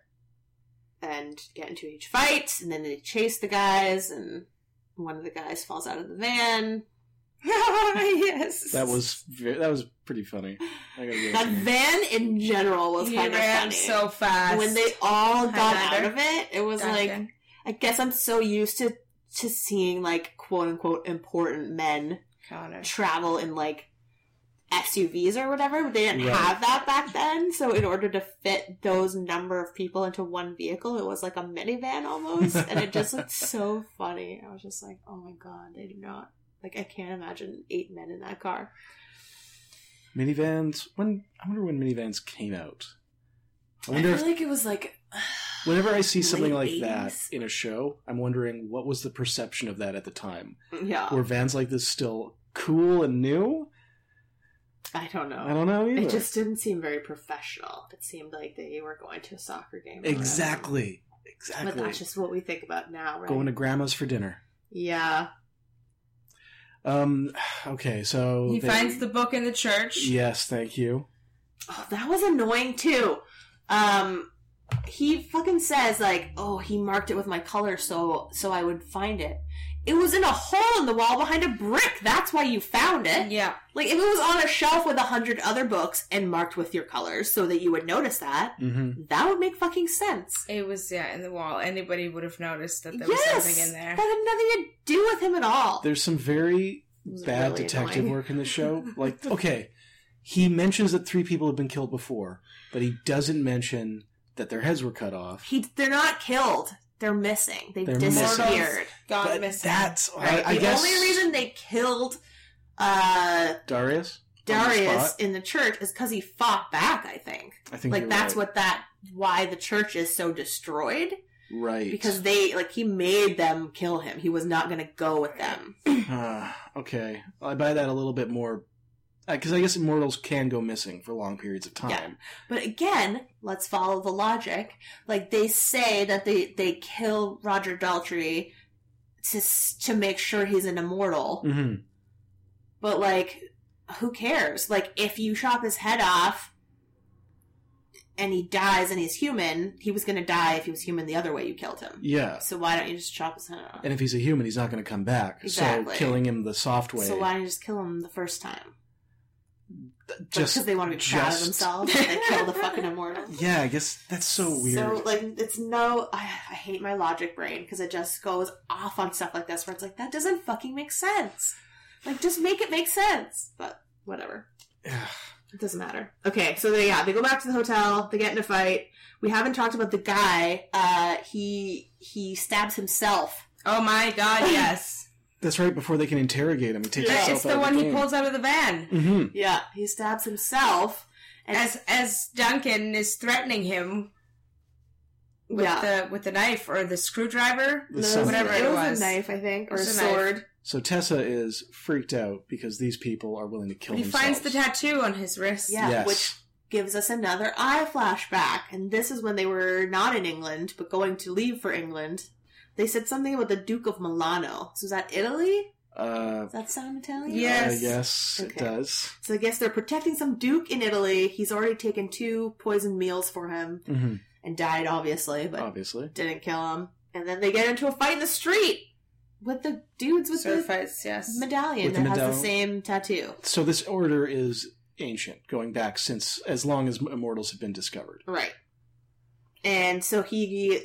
E: and get into each fight, and then they chase the guys, and one of the guys falls out of the van. yes.
C: that was ve- that was pretty funny. I gotta give it
E: That
C: to you.
E: van in general was
D: He
E: kind of
D: ran
E: funny.
D: so fast.
E: When they all got
D: Highlander.
E: out of it, it was like
D: Duncan.
E: I guess I'm so used to to seeing like quote unquote important men
D: Connor.
E: travel in like SUVs or whatever. But they didn't
D: Right.
E: have that back then, so in order to fit those number of people into one vehicle, it was like a minivan almost, and it just looked so funny. I was just like, oh my god, they do not like. I can't imagine eight men in that car.
C: Minivans. When I wonder when minivans came out. I
E: I,
C: wonder if
E: feel like it was like
C: Whenever I see something like
E: Late
C: that
E: 80s.
C: in a show, I'm wondering what was the perception of that at the time?
E: yeah.
C: Were vans like this still cool and new?
E: I don't know.
C: I don't know either.
E: It just didn't seem very professional. It seemed like they were going to a soccer game. or whatever.
C: Exactly. Exactly.
E: But that's just what we think about now, right?
C: Going to grandma's for dinner.
E: yeah.
C: Um. Okay, so
D: he
C: they-
D: finds the book in the church.
C: Yes, thank you.
E: Oh, that was annoying too. Um, he fucking says like, "Oh, he marked it with my color, so so I would find it." It was in a hole in the wall behind a brick. That's why you found it.
D: Yeah.
E: Like if it was on a shelf with a hundred other books and marked with your colors, so that you would notice that,
C: Mm-hmm.
E: that would make fucking sense.
D: It was yeah in the wall. Anybody would have noticed that there was
E: Yes!
D: something in there.
E: That had nothing to do with him at all.
C: There's some very
E: was
C: bad
E: really
C: detective
E: annoying.
C: work in the show. Like, okay, he mentions that three people have been killed before, but he doesn't mention that their heads were cut off.
E: He, they're not killed. They're missing. They've
C: They're missing.
E: disappeared.
D: Gone
C: But
D: missing.
C: that's
E: Right?
C: I, I
E: the
C: guess
E: only reason they killed uh,
C: Darius. on the
E: Darius
C: spot?
E: in the church is because he fought back. I think.
C: I think
E: like
C: you're
E: that's
C: right.
E: what that why the church is so destroyed
C: Right.
E: because they like he made them kill him. He was not going to go with them.
C: Ah, okay, I buy that a little bit more because I guess immortals can go missing for long periods of time.
E: Yeah. But again, let's follow the logic. Like they say that they they kill Roger Daltrey to s- to make sure he's an immortal.
C: hmm
E: But like, who cares? Like, if you chop his head off and he dies and he's human, he was gonna die if he was human the other way you killed him.
C: Yeah.
E: So why don't you just chop his head off?
C: And if he's a human, he's not going to come back.
E: Exactly.
C: So killing him the soft way,
E: So why don't you just kill him the first time? Just
C: just
E: because they want to be proud of
C: just-
E: themselves, they kill the fucking immortal.
C: Yeah, I guess that's so weird.
E: So like, it's no. I, I hate my logic brain because it just goes off on stuff like this, where it's like that doesn't fucking make sense. Like, just make it make sense. But whatever. It doesn't matter. Okay, so they yeah, they go back to the hotel, they get in a fight. We haven't talked about the guy. Uh he he stabs himself.
D: Oh my god, yes.
C: that's right. Before they can interrogate him, he takes
D: That-
C: himself
D: it's the
C: out
D: one
C: of the
D: he pulls out of the van.
E: Mm-hmm.
C: hmm
E: Yeah, he stabs himself. And
D: As as Duncan is threatening him with
E: yeah.
D: the with the knife or the screwdriver.
C: The
E: No,
C: sun-
D: whatever
E: it
D: it
E: was,
D: was.
E: a knife, I think, or a
D: It was a knife.
E: sword.
C: So Tessa is freaked out because these people are willing to kill
D: He
C: themselves.
D: finds the tattoo on his wrist.
E: Yeah,
C: Yes.
E: which gives us another eye flashback. And this is when they were not in England, but going to leave for England. They said something about the Duke of Milano. So is that Italy?
C: Uh,
E: Does that sound Italian?
C: yes,
D: Yes.
C: yes, it
E: Okay.
C: does.
E: So I guess they're protecting some duke in Italy. He's already taken two poisoned meals for him
C: hmm
E: and died, obviously, but
C: Obviously,
E: didn't kill him. And then they get into a fight in the street with the dudes with
D: Sword fights, yes.
E: the medallion
C: With the
E: that has
C: medallion.
E: the same tattoo.
C: so this order is ancient, going back since as long as immortals have been discovered.
E: Right. And so he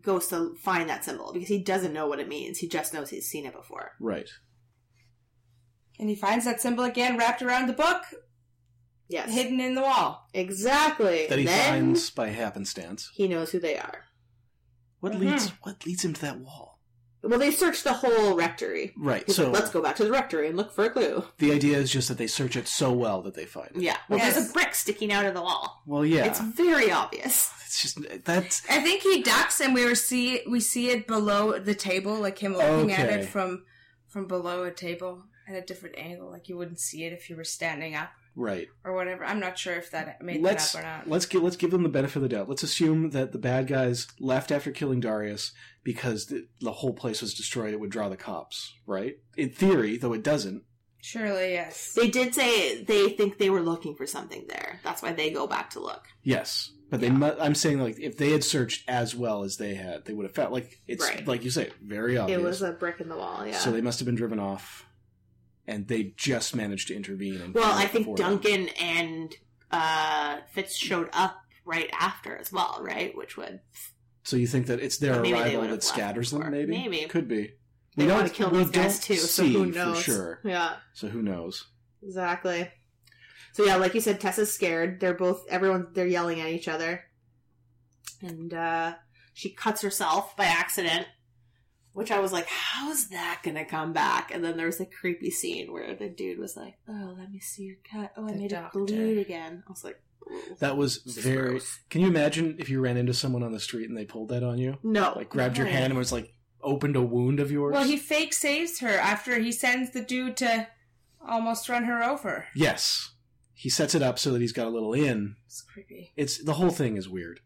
E: goes to find that symbol because he doesn't know what it means. He just knows he's seen it before.
C: Right.
D: And he finds that symbol again wrapped around the book,
E: Yes.
D: hidden in the wall.
E: Exactly.
C: That he
E: then
C: finds by happenstance.
E: he knows who they are.
C: What
D: Mm-hmm.
E: Mhm.
C: leads what leads him to that wall?
E: Well, they searched the whole rectory.
C: Right,
E: He's
C: so-
E: like, let's go back to the rectory and look for a clue.
C: The idea is just that they search it so well that they find it.
E: Yeah. Well, there's a brick sticking out of the wall.
C: Well, yeah.
E: It's very obvious.
C: It's just that's
D: I think he ducks, and we were see we see it below the table, like him looking at
C: Okay.
D: it from from below a table at a different angle, like you wouldn't see it if you were standing up
C: right.
D: or whatever. I'm not sure if that made
C: let's
D: that up or not.
C: let's give let's give them the benefit of the doubt. Let's assume that the bad guys left after killing Darius because the, the whole place was destroyed. It would draw the cops, right? In theory, though it doesn't.
D: Surely, yes.
E: They did say they think they were looking for something there. That's why they go back to look.
C: Yes, but they. Mu- I'm saying like if they had searched as well as they had, they would have found like it's
E: Right.
C: like you say very obvious.
E: It was a brick in the wall, yeah.
C: So they must have been driven off, and they just managed to intervene. And
E: well,
C: find
E: I
C: it
E: think
C: before them.
E: Duncan and uh, Fitz showed up right after as well, right? Which would
C: So you think that it's their
E: Or maybe they
C: arrival
E: would
C: that
E: have left
C: scatters them? Maybe,
E: Maybe.
C: could be.
E: they
C: we
E: want
C: don't-
E: to kill
C: we
E: these guys
C: don't
E: too. So
C: see
E: who knows?
C: For sure.
E: Yeah.
C: So who knows?
E: Exactly. So yeah, like you said, Tessa's scared. They're both everyone they're yelling at each other. And uh she cuts herself by accident. Which I was like, how's that gonna come back? And then there was a creepy scene where the dude was like, Oh, let me see your cut. Oh, I
D: The
E: made
D: doctor.
E: it bleed again. I was like, "Ooh."
C: That was
E: This is
C: very.
E: gross.
C: Can you imagine if you ran into someone on the street and they pulled that on you?
E: No.
C: Like grabbed your hand and was like opened a wound of yours.
D: Well, he fake saves her after he sends the dude to almost run her over.
C: yes, he sets it up so that he's got a little in.
D: It's creepy.
C: It's the whole thing is weird.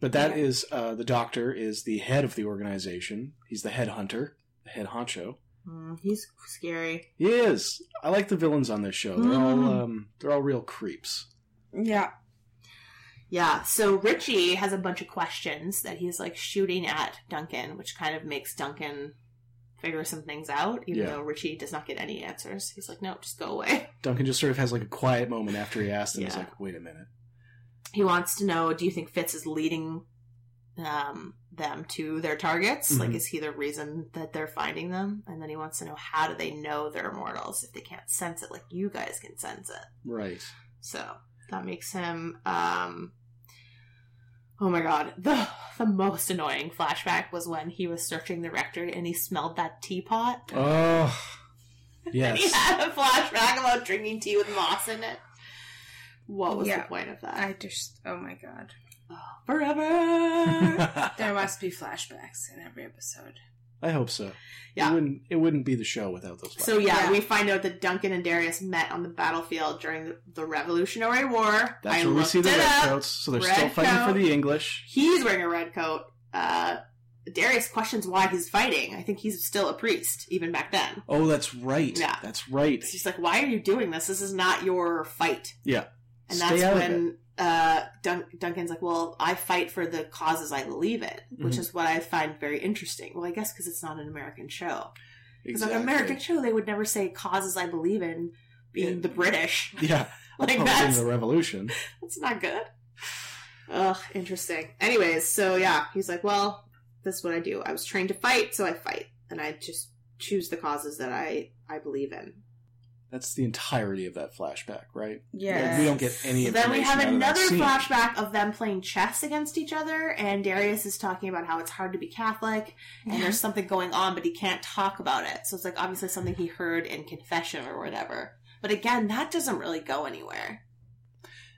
C: But that is uh, the doctor is the head of the organization. He's the head hunter, the head honcho.
E: Mm, he's scary.
C: He is. I like the villains on this show. They're all
D: Mm.
C: um, they're all real creeps.
D: Yeah.
E: Yeah, so Richie has a bunch of questions that he's like shooting at Duncan, which kind of makes Duncan figure some things out, even
C: Yeah.
E: though Richie does not get any answers. He's like, no, just go away.
C: Duncan just sort of has like a quiet moment after he asked, and he's
E: Yeah.
C: like, "Wait a minute."
E: He wants to know do you think Fitz is leading um, them to their targets? Like,
C: Mhm.
E: is he the reason that they're finding them? And then he wants to know how do they know they're immortals if they can't sense it like you guys can sense it?
C: Right.
E: So that makes him um Oh my god. The the most annoying flashback was when he was searching the rectory and he smelled that teapot.
C: Oh.
E: And he
C: Yes.
E: had a flashback about drinking tea with moss in it. What was
D: Yeah.
E: the point of that?
D: I just, oh my god.
E: Forever.
D: There must be flashbacks in every episode.
C: I hope so.
E: Yeah.
C: It wouldn't it wouldn't be the show without those.
E: so yeah,
D: Yeah.
E: we find out that Duncan and Darius met on the battlefield during the, the Revolutionary War.
C: That's
E: I
C: where we see
E: looked
C: the
E: it up.
C: redcoats. So they're still
E: Red
C: fighting for
E: coat.
C: the English.
E: He's wearing a red coat. Uh, Darius questions why he's fighting. I think he's still a priest, even back then.
C: Oh, that's right.
E: Yeah.
C: That's right.
E: She's like, "Why are you doing this? This is not your fight."
C: Yeah.
E: And
C: Stay
E: that's
C: out of
E: when uh, Dun- Duncan's like, "Well, I fight for the causes I believe in," which
C: Mhm.
E: is what I find very interesting. Well, I guess because it's not an American show. Because
C: Exactly.
E: on an American show, they would never say "causes I believe in," being the British.
C: Yeah.
E: Like
C: Opposing
E: that's
C: the revolution.
E: that's not good. Ugh, interesting. Anyways, so yeah, he's like, well, this is what I do. I was trained to fight, so I fight, and I just choose the causes that I I believe in.
C: That's the entirety of that flashback, right?
D: Yes.
C: Like, we don't get any information.
E: Then we have
C: out of that
E: another
C: scene.
E: flashback of them playing chess against each other, and Darius is talking about how it's hard to be Catholic, and there's something going on, but he can't talk about it. So it's like obviously something he heard in confession or whatever. But again, that doesn't really go anywhere.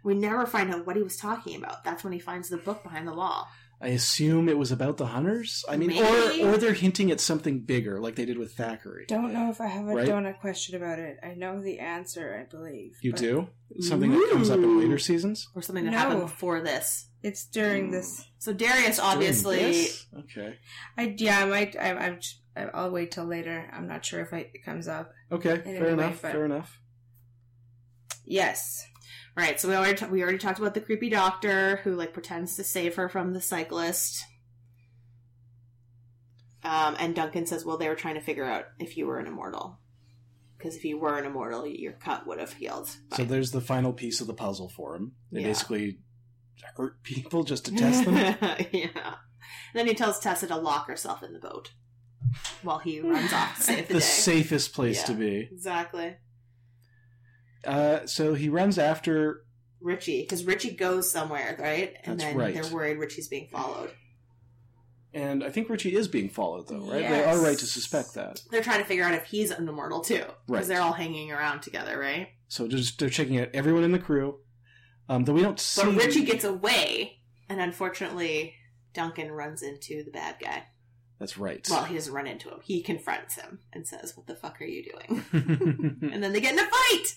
E: We never find out what he was talking about. That's when he finds the book behind the wall.
C: I assume it was about the hunters. I mean,
E: Maybe.
C: or or they're hinting at something bigger, like they did with Thackeray.
D: Don't know if I have a
C: Right?
D: donut question about it. I know the answer, I believe.
C: You
D: but
C: do something that comes up in
E: Ooh.
C: later seasons.
E: Or something that
D: No.
E: happened before this.
D: It's during this.
E: So Darius obviously
C: Doing this? Hmm, okay,
D: I yeah, I might. I, I'm. j- I'll wait till later. I'm not sure if I, it comes up.
C: okay,
D: In
C: fair
D: any way,
C: enough,
D: but-
C: fair enough.
D: Yes.
E: Right, so we already t- we already talked about the creepy doctor who like pretends to save her from the cyclist. Um, and Duncan says, "Well, they were trying to figure out if you were an immortal." because if you were an immortal, your cut would have healed.
C: So there's the final piece of the puzzle for him. They
E: Yeah.
C: basically hurt people just to test them.
E: yeah. Then he tells Tessa to lock herself in the boat while he runs off to save the,
C: the
E: day.
C: safest place to be.
E: Exactly.
C: Uh, so he runs after.
E: Richie, because Richie goes somewhere, right? And
C: That's
E: then
C: right.
E: they're worried Richie's being followed.
C: And I think Richie is being followed, though, right? They are
E: Yes.
C: right to suspect that.
E: They're trying to figure out if he's an immortal too, because
C: Right.
E: they're all hanging around together, right?
C: So just they're checking out everyone in the crew. Um, though we don't see.
E: But Richie gets away, and unfortunately, Duncan runs into the bad guy.
C: That's right.
E: Well, he doesn't run into him. He confronts him and says, "What the fuck are you doing?" and then they get in a fight.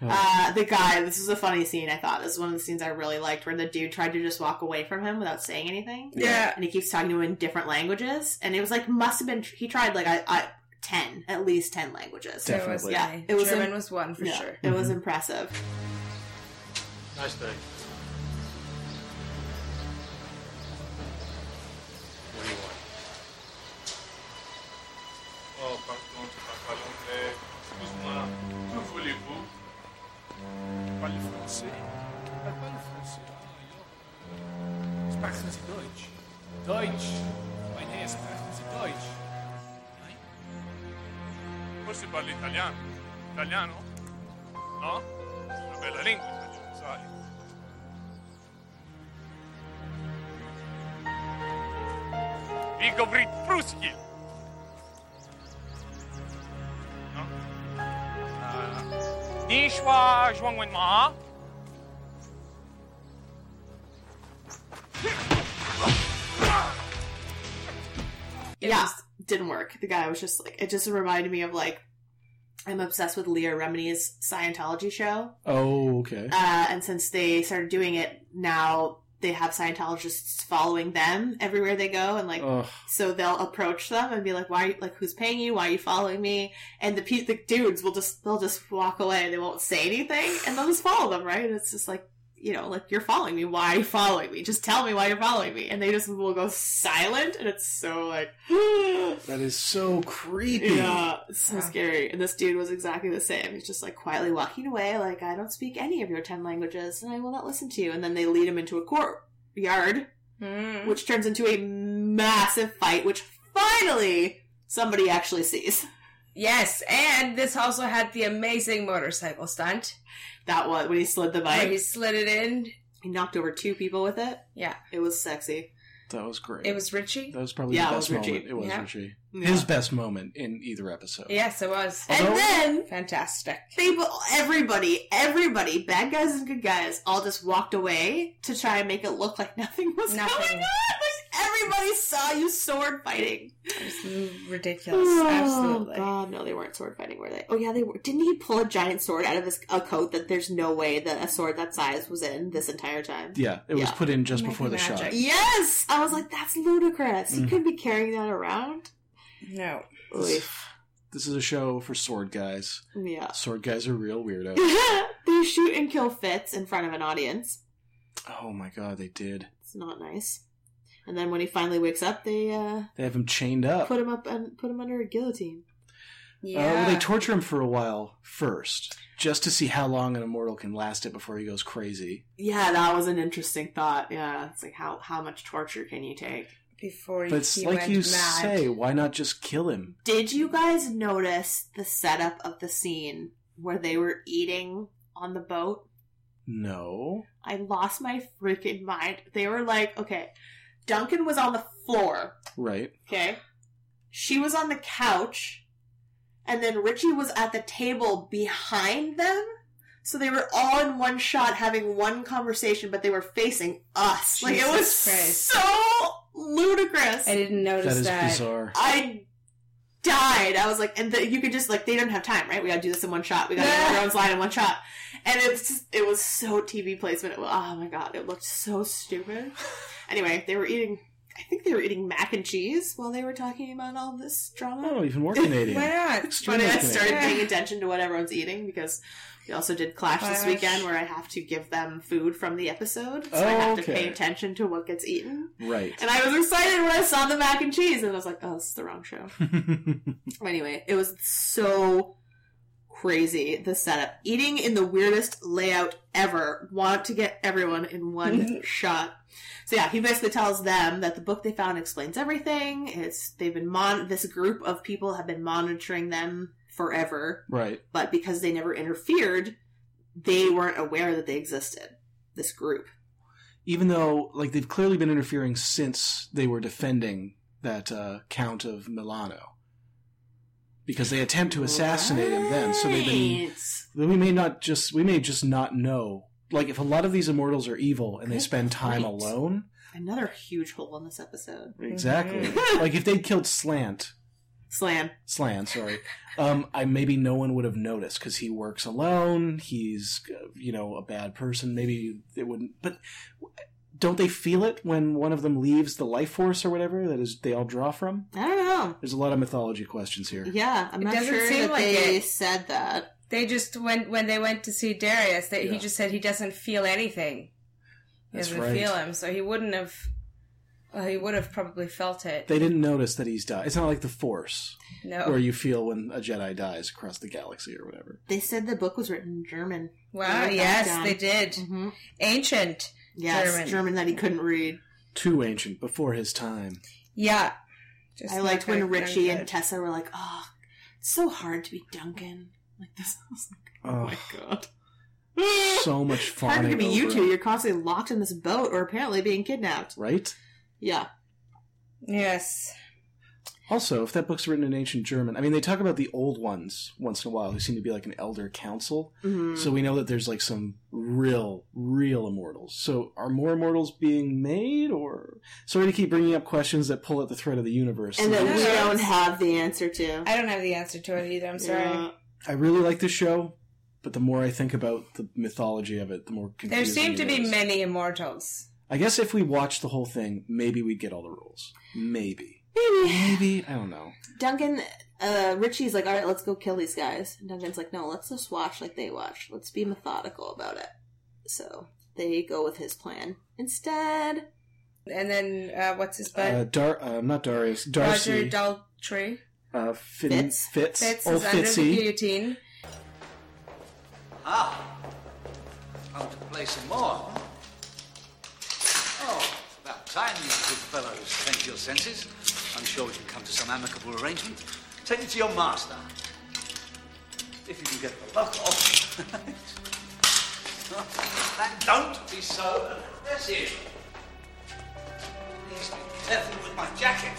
D: Oh.
E: Uh, the guy. This is a funny scene. I thought this is one of the scenes I really liked, where the dude tried to just walk away from him without saying anything.
D: Yeah.
E: and he keeps talking to him in different languages, and it was like must have been. He tried like I, I ten, at least ten languages.
D: There was Definitely.
E: yeah.
D: many.
E: It was
D: German was one for sure.
E: It was
D: Mhm.
E: impressive.
L: Nice day. What do you want? Oh, par contre, par contre, eh, excuse-moi, que voulez-vous? Parle français. Parle pas le français. Ah, ja. Sprechen Sie Deutsch. Deutsch. Mein Herr, sprechen Sie Deutsch. Nein? Forse parli italiano. Italiano? No? Una bella lingua, italiano, sai. И говорит по-русски. Ну? А, Нишва Жвангвен Ма.
E: yeah, didn't work. The guy was just like, it just reminded me of like, I'm obsessed with Leah Remini's Scientology show.
C: Oh, okay.
E: Uh, and since they started doing it, now they have Scientologists following them everywhere they go, and like,
C: Ugh.
E: so they'll approach them and be like, "Why? Like, who's paying you? Why are you following me?" And the pe- the dudes will just they'll just walk away. They won't say anything, and they'll just follow them. Right? And it's just like. You know, like you're following me. Why are you following me? Just tell me why you're following me. And they just will go silent, and it's so like,
C: that is so creepy.
E: yeah, it's so scary. And this dude was exactly the same. He's just like quietly walking away, like, I don't speak any of your 10 languages and I will not listen to you. And then they lead him into a courtyard,
D: Hmm.
E: which turns into a massive fight, which finally somebody actually sees.
D: Yes, and this also had the amazing motorcycle stunt.
E: That one, when he slid the bike.
D: Where he slid it in.
E: He knocked over two people with it.
D: Yeah.
E: It was sexy.
C: That was great.
D: It was Richie?
C: That was probably the
E: Yeah, it
C: best
E: was Richie.
C: moment. It was
D: Yeah.
C: Richie.
E: Yeah.
C: His best moment in either episode.
D: Yes, it was.
E: And then
D: fantastic.
E: they bo- everybody, everybody, bad guys and good guys, all just walked away to try and make it look like nothing was going on. Like, everybody saw you sword fighting.
D: ridiculous.
C: Oh,
D: Absolutely.
E: Oh, God, no, they weren't sword fighting, were they? Oh yeah, they were. Didn't he pull a giant sword out of his a coat that there's no way that a sword that size was in this entire time?
C: Yeah, it was put in just before the shot.
E: Yes, I was like, that's ludicrous. You couldn't be carrying that around.
D: No.
C: Oh, This is a show for sword guys.
E: Yeah.
C: Sword guys are real weirdos.
E: they shoot and kill Fitz in front of an audience.
C: oh my god, they did.
E: It's not nice. And then when he finally wakes up, they uh,
C: They have him chained up.
E: put him up and put him under a guillotine.
C: Uh, well, they torture him for a while first, just to see how long an immortal can last it before he goes crazy.
E: yeah, that was an interesting thought. Yeah, it's like how how much torture can you take?
D: Before
C: But it's like you say, why not just kill him?
E: Did you guys notice the setup of the scene where they were eating on the boat?
C: No.
E: I lost my freaking mind. They were like, okay, Duncan was on the floor.
C: Right.
E: Okay. She was on the couch, and then Richie was at the table behind them. So they were all in one shot having one conversation, but they were facing us. like it
D: Jesus
E: was
D: Christ.
E: so ludicrous.
D: I didn't notice
C: That
D: that.
C: is bizarre.
E: I died. I was like, and the, you could just like they don't have time, right? We gotta do this in one shot. We gotta do everyone's line in one shot. And it's just, it was so TV placement. It, wa- oh my god, it looked so stupid. Anyway, they were eating. I think they were eating mac and cheese while they were talking about all this drama.
C: Oh, even more Canadian.
E: Why
D: not?
E: But
C: Extremely
E: I
C: Canadian.
E: started paying attention to what everyone's eating because we also did Clash,
D: Clash.
E: this weekend where I have to give them food from the episode. So I have to
C: Okay.
E: pay attention to what gets eaten.
C: Right.
E: And I was excited when I saw the mac and cheese, and I was like, oh, this is the wrong show. anyway, it was so crazy the setup eating in the weirdest layout ever want to get everyone in one shot so yeah he basically tells them that the book they found explains everything it's they've been mon this group of people have been monitoring them forever
C: Right.
E: but because they never interfered they weren't aware that they existed this group
C: Even though, like, they've clearly been interfering since they were defending that uh, Count of Milano. Because they attempt to assassinate him then, so they've been. We may not just. We may just not know. Like, if a lot of these immortals are evil and they spend time
E: point.
C: alone,
E: another huge hole in this episode
C: exactly. like, if they'd killed Slant,
E: slam
C: Slan, sorry. Um, I maybe no one would have noticed because he works alone. He's uh, you know a bad person. Maybe they wouldn't. But don't they feel it when one of them leaves the life force or whatever that is they all draw from?
E: i don't know
C: There's a lot of mythology questions here.
E: yeah i'm
D: It
E: not
D: doesn't
E: sure
D: seem
E: that
D: like
E: they
D: it.
E: said that
D: They just went when they went to see Darius. That
C: Yeah.
D: he just said he doesn't feel anything. He
C: That's
D: doesn't
C: right.
D: feel him, so he wouldn't have. Well, he would have probably felt it.
C: They didn't notice that he's died. It's not like the Force
D: No.
C: where you feel when a Jedi dies across the galaxy or whatever.
E: they said the book was written in german I
D: wow.
E: wrote that
D: Yes,
E: down.
D: they did.
E: Mhm.
D: Ancient.
E: Yes,
D: German.
E: German. that he couldn't read.
C: Too ancient before his time.
D: Yeah. Just
E: I liked
D: not
E: when
D: very-
E: Richie
D: very
E: and
D: good.
E: Tessa were like, "Oh, it's so hard to be Duncan." Like this, I was like, "Oh
C: Ugh.
E: my god."
C: So much
E: It's harder
C: fun.
E: to be you two. You're constantly locked in this boat, or apparently being kidnapped.
C: right?
E: Yeah,
D: Yes.
C: Also, if that book's written in ancient German, I mean, they talk about the old ones once in a while who seem to be like an elder council.
E: Mhm.
C: So we know that there's like some real, real immortals. So are more immortals being made, or sorry to keep bringing up questions that pull at the thread of the universe?
E: and that we
D: Yes.
E: don't have the answer to.
D: I don't have the answer to it either. I'm sorry.
E: Yeah.
C: I really like this show, but the more I think about the mythology of it, the more confusing.
D: There seem to
C: it
D: be
C: is.
D: many immortals.
C: I guess if we watched the whole thing, maybe we'd get all the rules. Maybe. Maybe. I don't know.
E: Duncan, uh, Richie's like, "All right, let's go kill these guys." And Duncan's like, "No, let's just watch like they watch. Let's be methodical about it." So they go with his plan instead.
D: And then uh, what's his butt?
C: uh, Dar- uh, not Darius.
D: Roger
C: Darcy.
D: Daltrey.
C: uh, Finn-
E: Fitz?
C: Fitz.
D: Fitz
C: Oh,
D: is under the
C: Fitzy.
D: guillotine.
J: Ah, come to play some more. huh? Oh, it's about time you good fellows came to your senses. I'm sure we can come to some amicable arrangement. Take me to your master. If you can get the lock off. that don't be so aggressive. Please be careful with my jacket.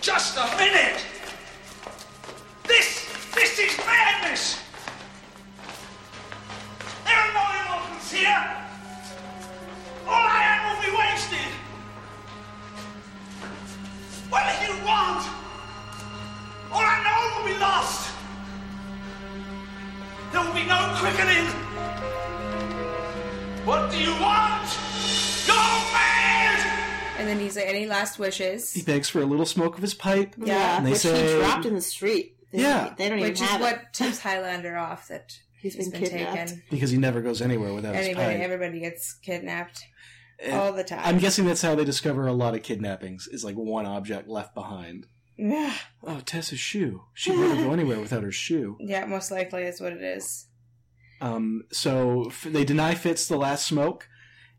J: Just a minute! This, this is madness! There are no immortals here! All I am will be wasted! What do you want? All I know will be lost! There will be no quickening! What do you want? You're mad!
D: And then he's like, any last wishes?
C: He begs for a little smoke of his pipe.
E: Yeah,
C: And they
E: which
C: say-
E: he dropped in the street. They
C: Yeah.
E: don't- they don't
D: Which
E: even
D: is
E: have it.
D: what tips Highlander off that
E: He's
D: he's
E: been
D: been
E: kidnapped.
D: taken.
C: Because he never goes anywhere without
D: Anybody,
C: his pipe.
D: everybody gets kidnapped
C: And
D: all the time.
C: Uh, I'm guessing that's how they discover a lot of kidnappings, is like one object left behind.
D: yeah,
C: Oh, Tessa's shoe. She'd never go anywhere without her shoe.
D: yeah, most likely is what it is.
C: Um, so f- they deny Fitz the last smoke,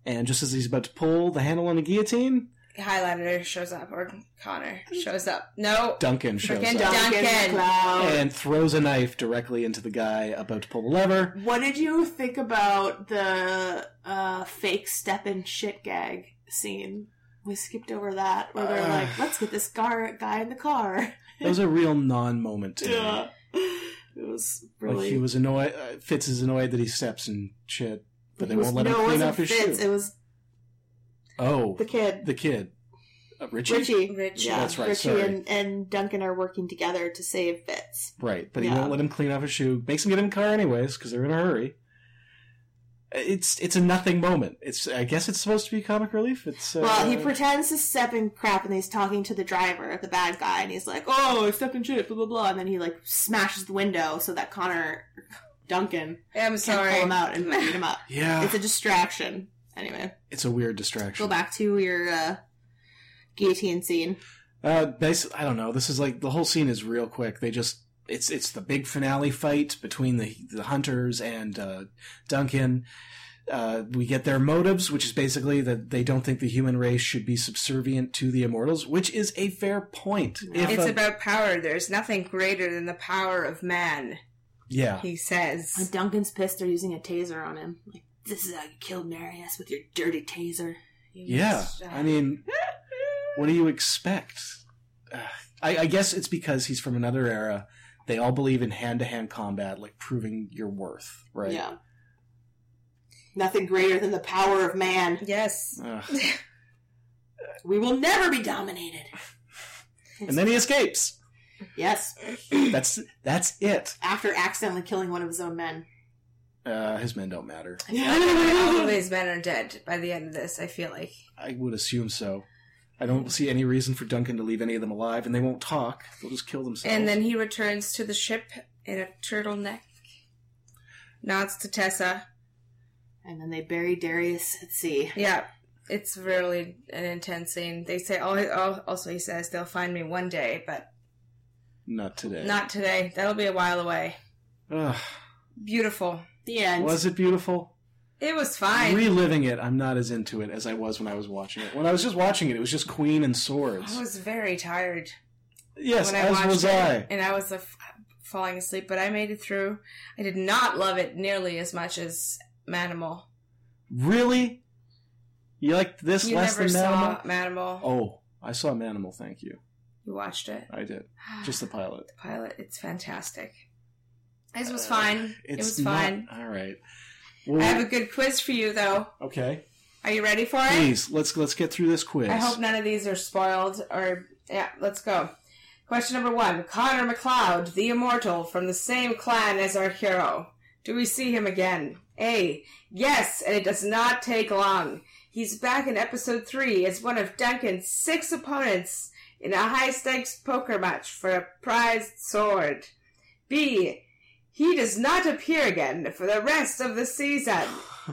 C: and just as he's about to pull the handle on the guillotine,
D: Highlander shows up, or Connor shows up. No,
C: Duncan shows
D: freaking
C: up.
D: Duncan.
E: Duncan MacLeod.
C: And throws a knife directly into the guy about to pull the lever.
E: What did you think about the uh, fake step and shit gag scene? We skipped over that, where they're
C: Uh.
E: like, "Let's get this gar- guy in the car."
C: That was a real non-moment to me.
E: Yeah, it was
C: Like
E: really.
C: he was annoyed. Uh, Fitz is annoyed that he steps and shit, but they won't let him
E: no, it
C: clean
E: wasn't
C: off his
E: Fitz,
C: shoe.
E: It was
C: oh,
E: the kid,
C: the kid, uh, Richie?
E: Richie.
D: Richie.
E: Yeah,
C: That's right,
E: Richie
C: sorry.
E: And, and Duncan are working together to save Fitz.
C: Right, but he
E: Yeah.
C: won't let him clean off his shoe. Makes him get in the car anyways because they're in a hurry. It's it's a nothing moment. It's I guess it's supposed to be comic relief. It's uh,
E: Well, he pretends to step in crap, and he's talking to the driver, the bad guy, and he's like, "Oh, I stepped in shit, blah blah blah," and then he like smashes the window so that Connor Duncan
D: I'm
E: can
D: sorry.
E: pull him out and beat him up.
C: yeah,
E: It's a distraction. Anyway,
C: it's a weird distraction.
E: go back to your uh, guillotine scene.
C: Uh, basi- I don't know. This is like the whole scene is real quick. They just it's it's the big finale fight between the the hunters and uh, Duncan. Uh, we get their motives, which is basically that they don't think the human race should be subservient to the immortals, which is a fair point. If uh,
D: it's
C: a-
D: about power. There's nothing greater than the power of man.
C: yeah,
D: He says.
E: And Duncan's pissed. They're using a taser on him. Like this is how you killed Marius with your dirty taser. You
C: Yeah,
E: must die."
C: I mean, what do you expect? Uh, I, I guess it's because he's from another era. They all believe in hand-to-hand combat, like proving your worth, right?
E: Yeah. Nothing greater than the power of man.
D: Yes.
C: Ugh.
E: We will never be dominated.
C: And then he escapes.
E: Yes.
C: That's that's it.
E: After accidentally killing one of his own men.
C: Uh, his men don't matter.
D: All of his men are dead by the end of this. I feel like.
C: I would assume so. I don't see any reason for Duncan to leave any of them alive, and they won't talk. They'll just kill themselves.
D: And then he returns to the ship in a turtleneck. Nods to Tessa.
E: And then they bury Darius at sea.
D: Yeah, it's really an intense scene. They say, oh, oh, also he says they'll find me one day, but
C: not today.
D: not today. That'll be a while away.
C: Ugh.
D: Beautiful.
E: The end.
C: Was it beautiful?
D: It was fine.
C: Reliving it, I'm not as into it as I was when I was watching it. When I was just watching it, it was just Queen and swords.
D: I was very tired.
C: Yes, as was
D: it,
C: I.
D: And I was uh, f- falling asleep, but I made it through. I did not love it nearly as much as Manimal.
C: Really? You liked this
D: you
C: less
D: never
C: than
D: saw
C: Manimal?
D: Manimal.
C: Oh, I saw Manimal. Thank you.
D: You watched it.
C: I did. Just the pilot.
D: Pilot, it's fantastic. This was
C: Uh,
D: fine. It
C: It's
D: was fine.
C: Not, all right.
D: I
C: Well,
D: have a good quiz for you, though.
C: okay.
D: Are you ready for it?
C: Please let's let's get through this quiz.
D: I hope none of these are spoiled or yeah, let's go. Question number one. Connor McLeod, the immortal, from the same clan as our hero. Do we see him again? A. Yes, and it does not take long. He's back in episode three as one of Duncan's six opponents in a high stakes poker match for a prized sword. B. He does not appear again for the rest of the season.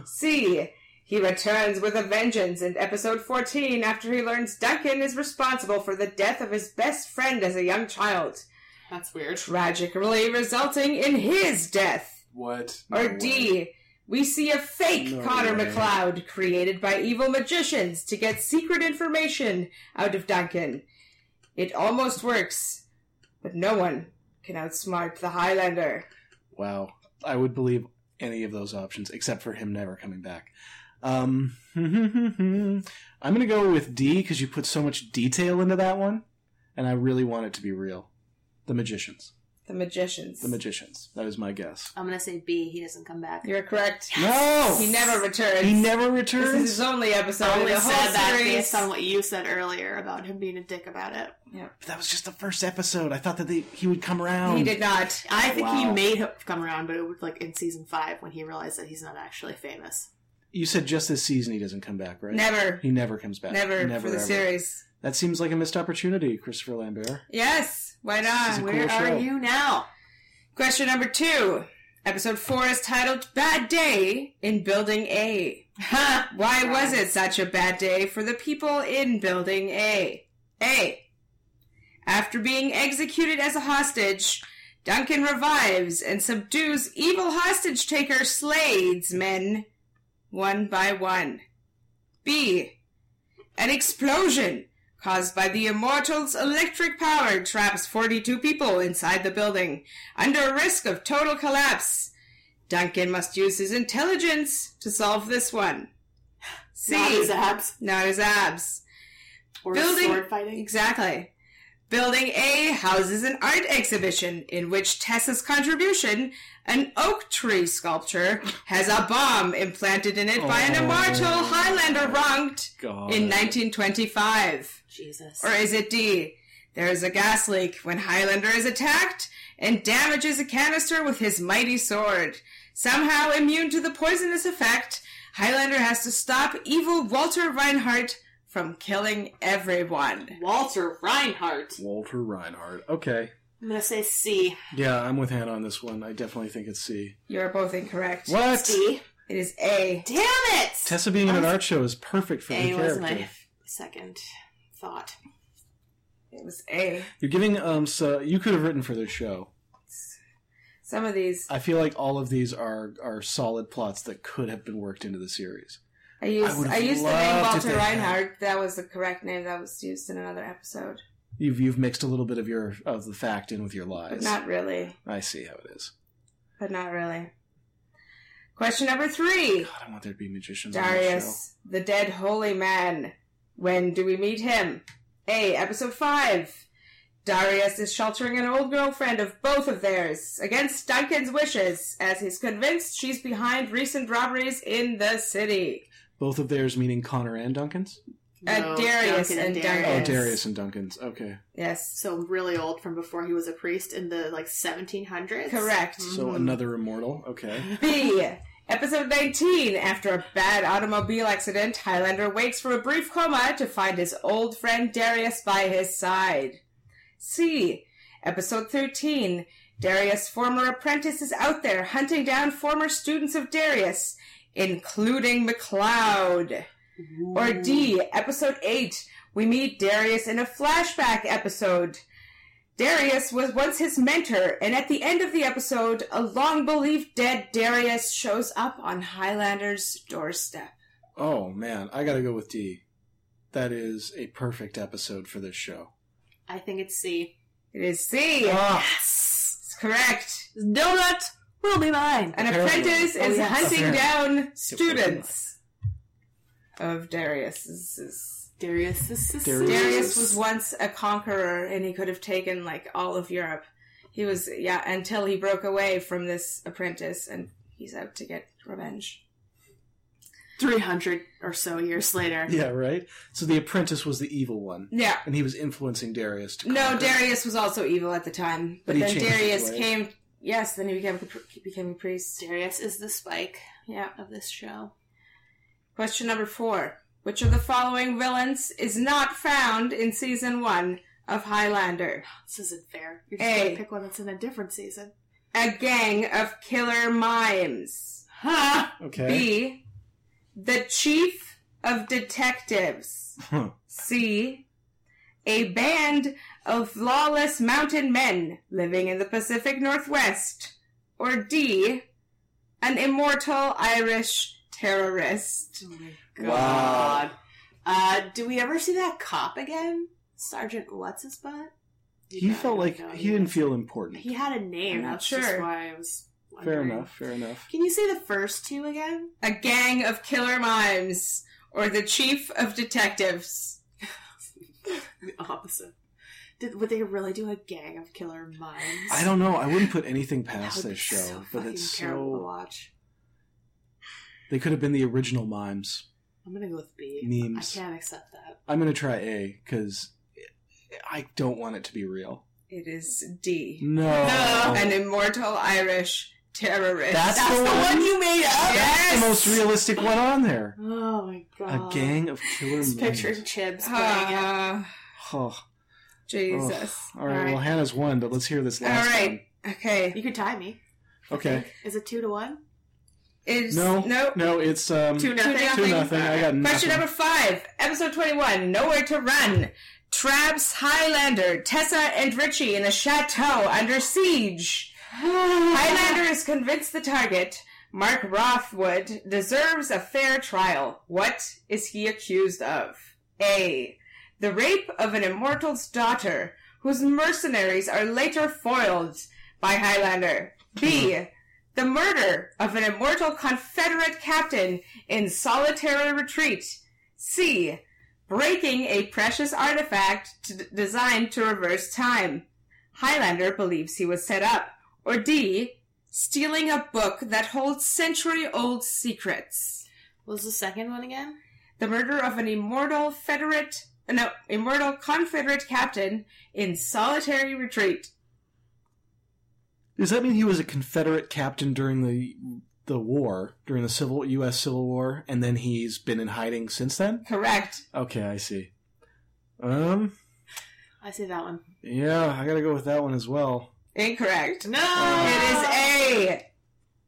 D: C. He returns with a vengeance in episode 14 after he learns Duncan is responsible for the death of his best friend as a young child,
E: That's weird.
D: tragically resulting in his death.
C: What?
D: or
C: No way.
D: D. We see a fake
C: No
D: Connor
C: way.
D: McLeod created by evil magicians to get secret information out of Duncan. It almost works, but no one can outsmart the Highlander.
C: Wow. I would believe any of those options except for him never coming back. Um, I'm going to go with D because you put so much detail into that one, and I really want it to be real. The Magicians.
D: The magicians.
C: The Magicians. That is my guess.
E: I'm gonna say B. He doesn't come back.
D: You're correct.
C: No!
D: He never returns.
C: He never returns?
D: This is his only episode
E: I only
D: in the
E: said
D: whole
E: that
D: series.
E: based on what you said earlier about him being a dick about it.
D: Yeah.
C: But that was just the first episode. I thought that they, he would come around.
E: He did
D: not.
E: I think he
C: Wow.
E: made him come around, but it was like in season five when he realized that he's not actually famous.
C: You said just this season he doesn't come back, right?
D: Never.
C: He never comes back.
D: Never, for the
C: ever.
D: series.
C: That seems like a missed opportunity, Christopher Lambert.
D: Yes, why
C: This
D: not?
C: is a
D: Where
C: cool
D: are
C: show.
D: you now? Question number two. Episode four is titled Bad Day in Building A. why was it such a bad day for the people in Building A? A. After being executed as a hostage, Duncan revives and subdues evil hostage taker Slade's men one by one. B. An explosion caused by the Immortals' electric power traps 42 people inside the building under a risk of total collapse. Duncan must use his intelligence to solve this one. C.
E: Not his abs.
D: Not his abs.
E: Or
D: Building-
E: sword fighting.
D: Exactly. Building A houses an art exhibition in which Tessa's contribution, an oak tree sculpture, has a bomb implanted in it by an immortal Highlander wronged
C: God.
D: in 1925.
E: Jesus.
D: Or is it D? There is a gas leak when Highlander is attacked and damages a canister with his mighty sword. Somehow immune to the poisonous effect, Highlander has to stop evil Walter Reinhardt from killing everyone.
E: Walter Reinhardt.
C: Walter Reinhardt. Okay.
E: I'm gonna say C.
C: Yeah, I'm with Hannah on this one. I definitely think it's C.
D: You are both incorrect.
C: What?
E: C.
D: It is A.
E: Damn it!
C: Tessa being in an art show is perfect for the
E: A was
C: character.
E: my second thought.
D: It was A.
C: You're giving um so you could have written for this show.
D: Some of these.
C: I feel like all of these are are solid plots that could have been worked into the series.
D: I used
C: would've
D: I, used the name
C: loved if
D: Walter
C: they had.
D: Reinhardt. That was the correct name that was used in another episode.
C: You've you've mixed a little bit of your of the fact in with your
D: But
C: lies.
D: not really.
C: I see how it is.
D: But not really. Question number three.
C: I don't want there to be magicians on this show.
D: Darius, the dead holy man. When do we meet him? A. Episode 5. Darius is sheltering an old girlfriend of both of theirs against Duncan's wishes, as he's convinced she's behind recent robberies in the city.
C: Both of theirs meaning Connor and Duncan's.
D: Uh, Darius
E: Duncan
D: and
C: Oh,
D: Darius.
C: Darius and Duncan's. Okay,
D: Yes.
E: So really old from before he was a priest in the like 1700s.
D: Correct. Mm-hmm.
C: so
E: Mm-hmm.
C: another immortal. Okay,
D: B. Episode 19. After a bad automobile accident, Highlander wakes from a brief coma to find his old friend Darius by his side. C. Episode 13. Darius' former apprentice is out there hunting down former students of Darius, including McLeod. Or D. Episode 8. We meet Darius in a flashback episode. Darius was once his mentor, and at the end of the episode, a long believed dead Darius shows up on Highlander's doorstep.
C: Oh man, I gotta go with D. That is a perfect episode for this show.
E: I think it's C.
D: It is C.
C: Ah.
D: Yes! It's correct.
E: Donut will be mine.
D: An
C: Apparently.
D: apprentice
E: Oh,
D: is
E: yes.
D: hunting
C: Apparently.
D: down students of Darius. This is-
E: Darius is
C: Darius.
D: Darius was once a conqueror, and he could have taken like all of Europe. He was yeah until he broke away from this apprentice, and he's out to get revenge.
E: 300 or so years later.
C: Yeah, right. So the apprentice was the evil one,
D: Yeah,
C: and he was influencing Darius to.
D: No,
C: conquer.
D: Darius was also evil at the time,
C: But
D: but,
C: he
D: then
C: changed his
D: Darius
C: ways.
D: came. Yes, then he became a, he became a priest.
E: Darius is the spike
D: Yeah.
E: of this show.
D: Question number four: Which of the following villains is not found in season one of Highlander?
E: This isn't fair. You're just
D: A.
E: gonna pick one that's in a different season.
D: A gang of killer mimes.
E: Ha!
C: Okay.
D: B. The chief of detectives.
C: Huh.
D: C. A band of lawless mountain men living in the Pacific Northwest. Or D. An immortal Irish terrorist.
E: God. Uh, do we ever see that cop again? Sergeant What's His Butt?
C: He felt like he didn't feel important.
E: He had a name.
D: I'm not
E: That's
D: sure.
E: just why I was.
C: Fair
E: wondering.
C: enough. Fair enough.
E: Can you say the first two again?
D: A gang of killer mimes. Or the chief of detectives.
E: The opposite. Did, would they really do a gang of killer minds?
C: I don't know. I wouldn't put anything
E: That
C: past
E: would be
C: this show,
E: so
C: but
E: fucking
C: it's
E: terrible to
C: so
E: watch.
C: they could have been the original mimes.
E: I'm gonna go with B.
C: Memes.
E: I can't accept that.
C: I'm gonna try A because I don't want it to be real.
D: It is D.
C: No.
D: An immortal Irish terrorist.
C: That's, the, one you made
D: up?
C: That's the most
D: Yes!
C: realistic one on there.
E: Oh my
C: A
E: god.
C: gang of killer
E: Just
C: mimes.
E: picturing
D: Uh,
E: Chibs playing it.
D: Ah,
C: Oh,
D: Jesus.
C: oh. All right. Well, Hannah's won, but let's hear this
D: All
C: last
D: right.
C: one.
D: Okay.
E: You could tie me.
C: Okay.
E: Is it two to one?
D: It's,
C: No.
D: No.
C: No. It's um.
D: Two nothing.
C: Two nothing. I got
D: Question
C: nothing.
D: number five, episode 21, Nowhere to Run. Traps Highlander, Tessa, and Richie in a chateau under siege. Highlander is convinced the target, Mark Rothwood, deserves a fair trial. What is he accused of? A. The rape of an immortal's daughter, whose mercenaries are later foiled by Highlander. B. The murder of an immortal Confederate captain in solitary retreat. C. Breaking a precious artifact to, designed to reverse time. Highlander believes he was set up. Or D. Stealing a book that holds century old secrets.
E: What was the second one again?
D: The murder of an immortal Federate, no, immortal Confederate captain in solitary retreat.
C: Does that mean he was a Confederate captain during the the war, during the Civil U.S. Civil War, and then he's been in hiding since then?
D: Correct.
C: Okay, I see. Um,
E: I see that one.
C: yeah, I gotta go with that one as well.
D: Incorrect.
E: No!
D: Oh. It is A.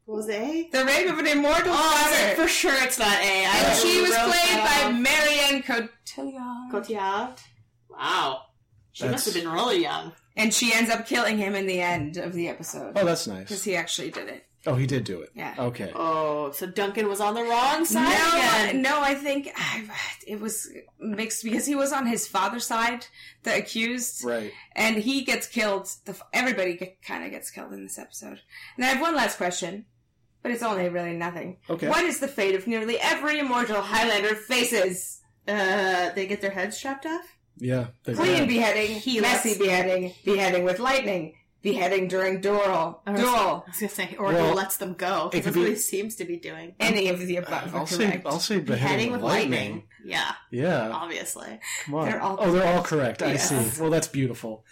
E: What was it A?
D: The rape of an immortal daughter.
E: For sure Oh, it's not A. I
D: And she was
E: wrote
D: played
E: that
D: by
E: off.
D: Marianne Cotillard.
E: Cotillard. Wow. She must have been really young.
D: And she ends up killing him in the end of the episode.
C: Oh, that's nice.
D: Because he actually did it.
C: Oh, he did do it.
D: Yeah.
C: Okay.
E: Oh, so Duncan was on the wrong
D: No,
E: side
D: I-
E: again.
D: no, I think I, it was mixed because he was on his father's side, the accused,
C: Right.
D: and he gets killed. The, f- everybody get, kind of gets killed in this episode. And I have one last question, but it's only really nothing.
E: Okay.
D: What is the fate of nearly every immortal Highlander faces?
E: Uh, they get their heads chopped off.
C: Yeah. they-
D: Clean beheading, messy beheading, beheading with lightning, beheading during dural,
E: Or-
D: duel,
E: I was gonna say, or
C: Well,
E: he lets them go.
C: it could
E: Because that's
C: be-
E: what he seems to be doing.
D: any of the above.
C: I'll
D: are
C: say,
D: correct.
C: I'll say beheading,
E: Heading
C: with
E: with
C: lightning.
E: lightning. Yeah,
C: Yeah.
E: obviously.
C: Come on.
D: They're all
C: oh, they're all correct. I
D: Yes.
C: see. Well, that's beautiful.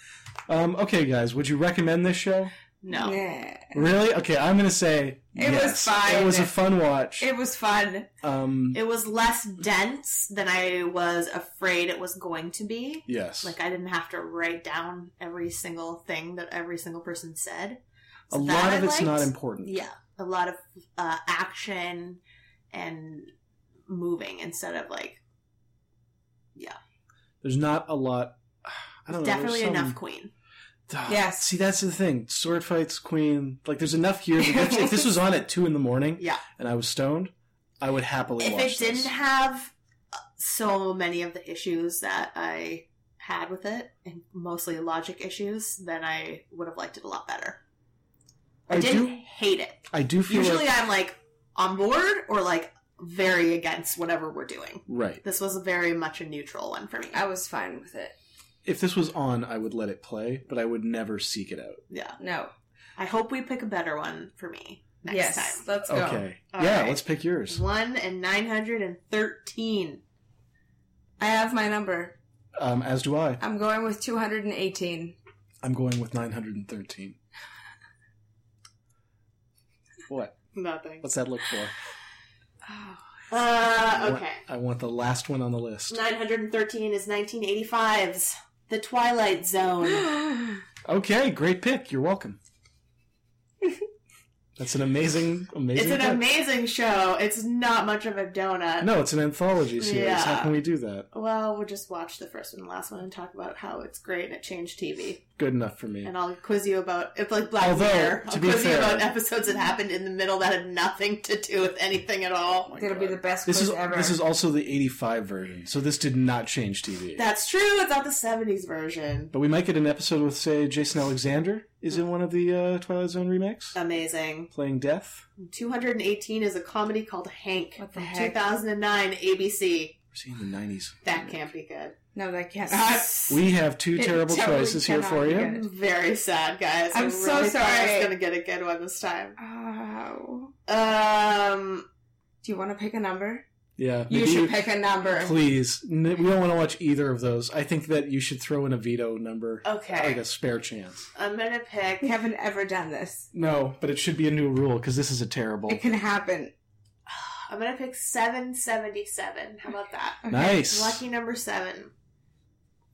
C: Um, okay, guys, would you recommend this show?
E: No.
D: Yeah.
C: Really? Okay, I'm gonna say
D: It was
C: yes.
D: fine.
C: It was a fun watch.
D: It was fun.
C: um,
E: It was less dense than I was afraid it was going to be.
C: Yes.
E: Like I didn't have to write down every single thing that every single person said.
C: a lot
E: that
C: of
E: I
C: it's not
E: liked.
C: important.
E: Yeah, a lot of uh, action and moving instead of like yeah,
C: There's not a lot. I don't know. Oh, there's
E: definitely
C: some-
E: enough queen.
C: Ah,
D: Yes.
C: See, that's the thing. Sword fights, Queen. Like, there's enough here. that If, if this was on at two in the morning,
E: Yeah.
C: and I was stoned, I would happily
E: If
C: watch
E: it didn't
C: this.
E: have uh, so many of the issues that I had with it and mostly logic issues, then I would have liked it a lot better. I,
C: I
E: didn't
C: do-
E: hate it.
C: I do feel
E: Usually
C: like,
E: I'm like on board or like very against whatever we're doing.
C: right.
E: This was very much a neutral one for me.
D: I was fine with it.
C: If this was on, I would let it play, but I would never seek it out.
E: Yeah.
D: No.
E: I hope we pick a better one for me next
D: yes.
E: time.
D: Let's go.
C: Okay.
E: All
C: yeah.
E: right.
C: Let's pick yours.
E: One and nine hundred and thirteen.
D: I have my number.
C: Um, as do I.
D: I'm going with 218.
C: I'm going with 913. What?
E: Nothing.
C: What's that look for? I
E: Uh,
C: want-
E: okay.
C: I want the last one on the list.
E: Nine hundred and thirteen is nineteen eighty five's The Twilight Zone.
C: Okay, great pick. You're welcome. That's an amazing, amazing.
E: it's an
C: pick.
E: amazing show. It's not much of a donut.
C: No, it's an anthology series. How
E: Yeah.
C: can we do that?
E: Well, we'll just watch the first one and last one and talk about how it's great and it changed TV.
C: Good enough for me.
E: And I'll quiz you about it's like Black
C: Although,
E: Mirror.
C: to
E: I'll
C: be
E: quiz
C: fair-
E: you about episodes that happened in the middle that had nothing to do with anything at all.
D: It'll be the best
C: This
D: quiz
C: is
D: ever.
C: this is also the '85 version, so this did not change TV.
E: That's true. It's not the '70s version.
C: but we might get an episode with, say, Jason Alexander is in one of the uh, Twilight Zone remakes,
E: Amazing.
C: playing Death.
E: 218 is a comedy called Hank
D: What the
E: from
D: heck? Mm.
E: 2009 ABC.
C: We're seeing the '90s.
E: That can't be good.
D: no, that can't.
C: We have two
D: It
C: terrible
D: totally
C: choices here
D: cannot
C: for
D: be
C: you.
D: good.
E: I'm very sad, guys.
D: I'm
E: I
D: so
E: really thought I
D: sorry.
E: was gonna get a good one this time.
D: oh.
E: Um,
D: Do you want to pick a number?
C: Yeah,
D: You
C: maybe
D: should pick a number.
C: Please, N- we don't want to watch either of those. I think that you should throw in a veto number, like
E: okay,
C: a spare chance.
E: I'm gonna pick.
D: We haven't ever done this.
C: No, but it should be a new rule because this is a terrible.
D: It can happen.
E: I'm gonna pick 777. How about that?
D: Okay.
C: Nice.
E: Lucky number seven.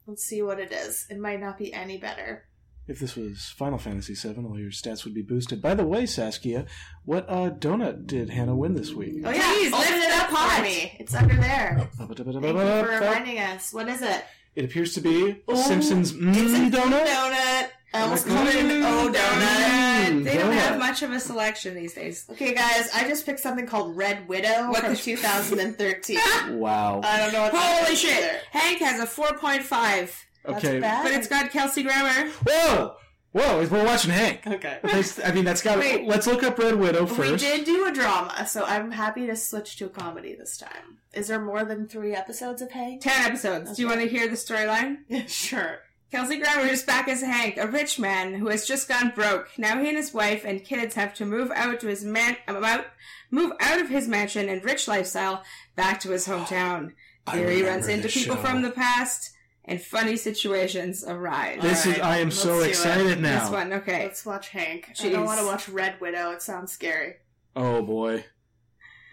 E: Let's see what it is. It might not be any better.
C: If this was Final Fantasy VII, all your stats would be boosted. By the way, Saskia, what uh, donut did Hannah win this week?
E: Oh yeah,
D: Please,
E: open
D: lift
E: it
D: up
E: up
D: hot.
E: for me. It's under there. Thank you for reminding us. What is it?
C: It appears to be
E: Oh,
C: Simpsons mm, donut.
E: Donut. I almost
C: Like,
E: called it an
C: mm,
E: O Oh, donut.
C: mm,
D: They don't
C: donut.
D: have much of a selection these days.
E: Okay, guys, I just picked something called Red Widow
D: What
E: from
D: the-
E: 2013.
C: Wow.
D: Uh,
E: I don't know what that
D: Holy
E: is
D: shit!
E: either.
D: Hank has a 4.5,
E: That's
C: okay.
E: bad.
D: but it's got Kelsey Grammer.
C: Whoa! Whoa! We're watching Hank.
E: Okay.
C: That's- I mean, that's got.
D: Wait.
C: Let's look up Red Widow
E: We
C: first.
E: did do a drama, so I'm happy to switch to a comedy this time. Is there more than three episodes of Hank?
D: 10 episodes. Do you want to hear the storyline?
E: sure.
D: Kelsey Grammer is back as Hank, a rich man who has just gone broke. Now he and his wife and kids have to move out to his man, about, move out of his mansion and rich lifestyle back to his hometown.
C: I
D: Here he
C: remember
D: runs into
C: this
D: people
C: show.
D: from the past, and funny situations arise.
C: This is.
E: Alright,
C: I am
E: let's
C: so
E: do it.
C: excited now.
D: This one, okay.
E: Let's watch Hank. I
D: Jeez.
E: don't want to watch Red Widow. It sounds scary.
C: Oh boy.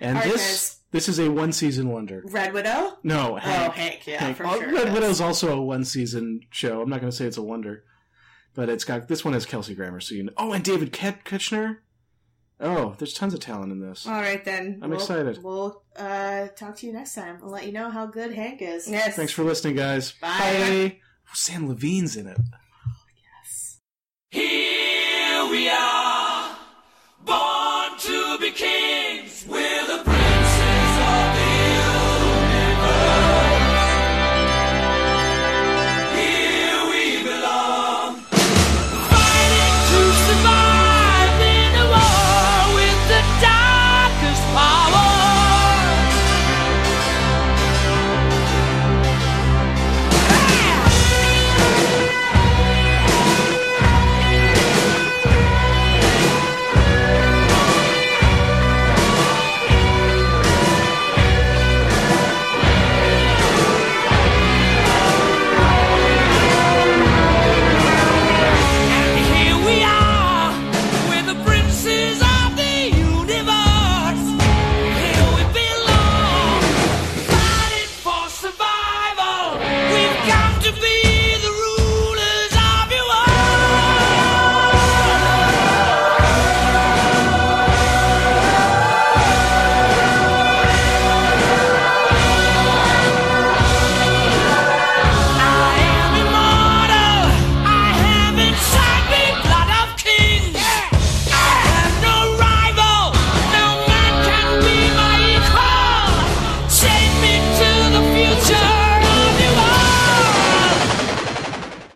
C: And
E: All right,
C: this
E: guys.
C: this is a one season wonder.
E: Red Widow?
C: No,
E: Oh,
C: Hank.
E: Hank, yeah,
C: Hank.
E: for
C: Oh,
E: sure.
C: Red
E: Yes.
C: Widow's also a one season show. I'm not going to say it's a wonder, but it's got this one has Kelsey Grammer. So you know. Oh, and David Ket- Kitchener. Oh, there's tons of talent in this.
D: All right then.
C: I'm excited.
E: We'll uh, talk to you next time. We'll let you know how good Hank is.
D: Yes.
C: Thanks for listening, guys.
E: Bye.
C: Sam Levine's in it.
B: Here we are, born to be kings.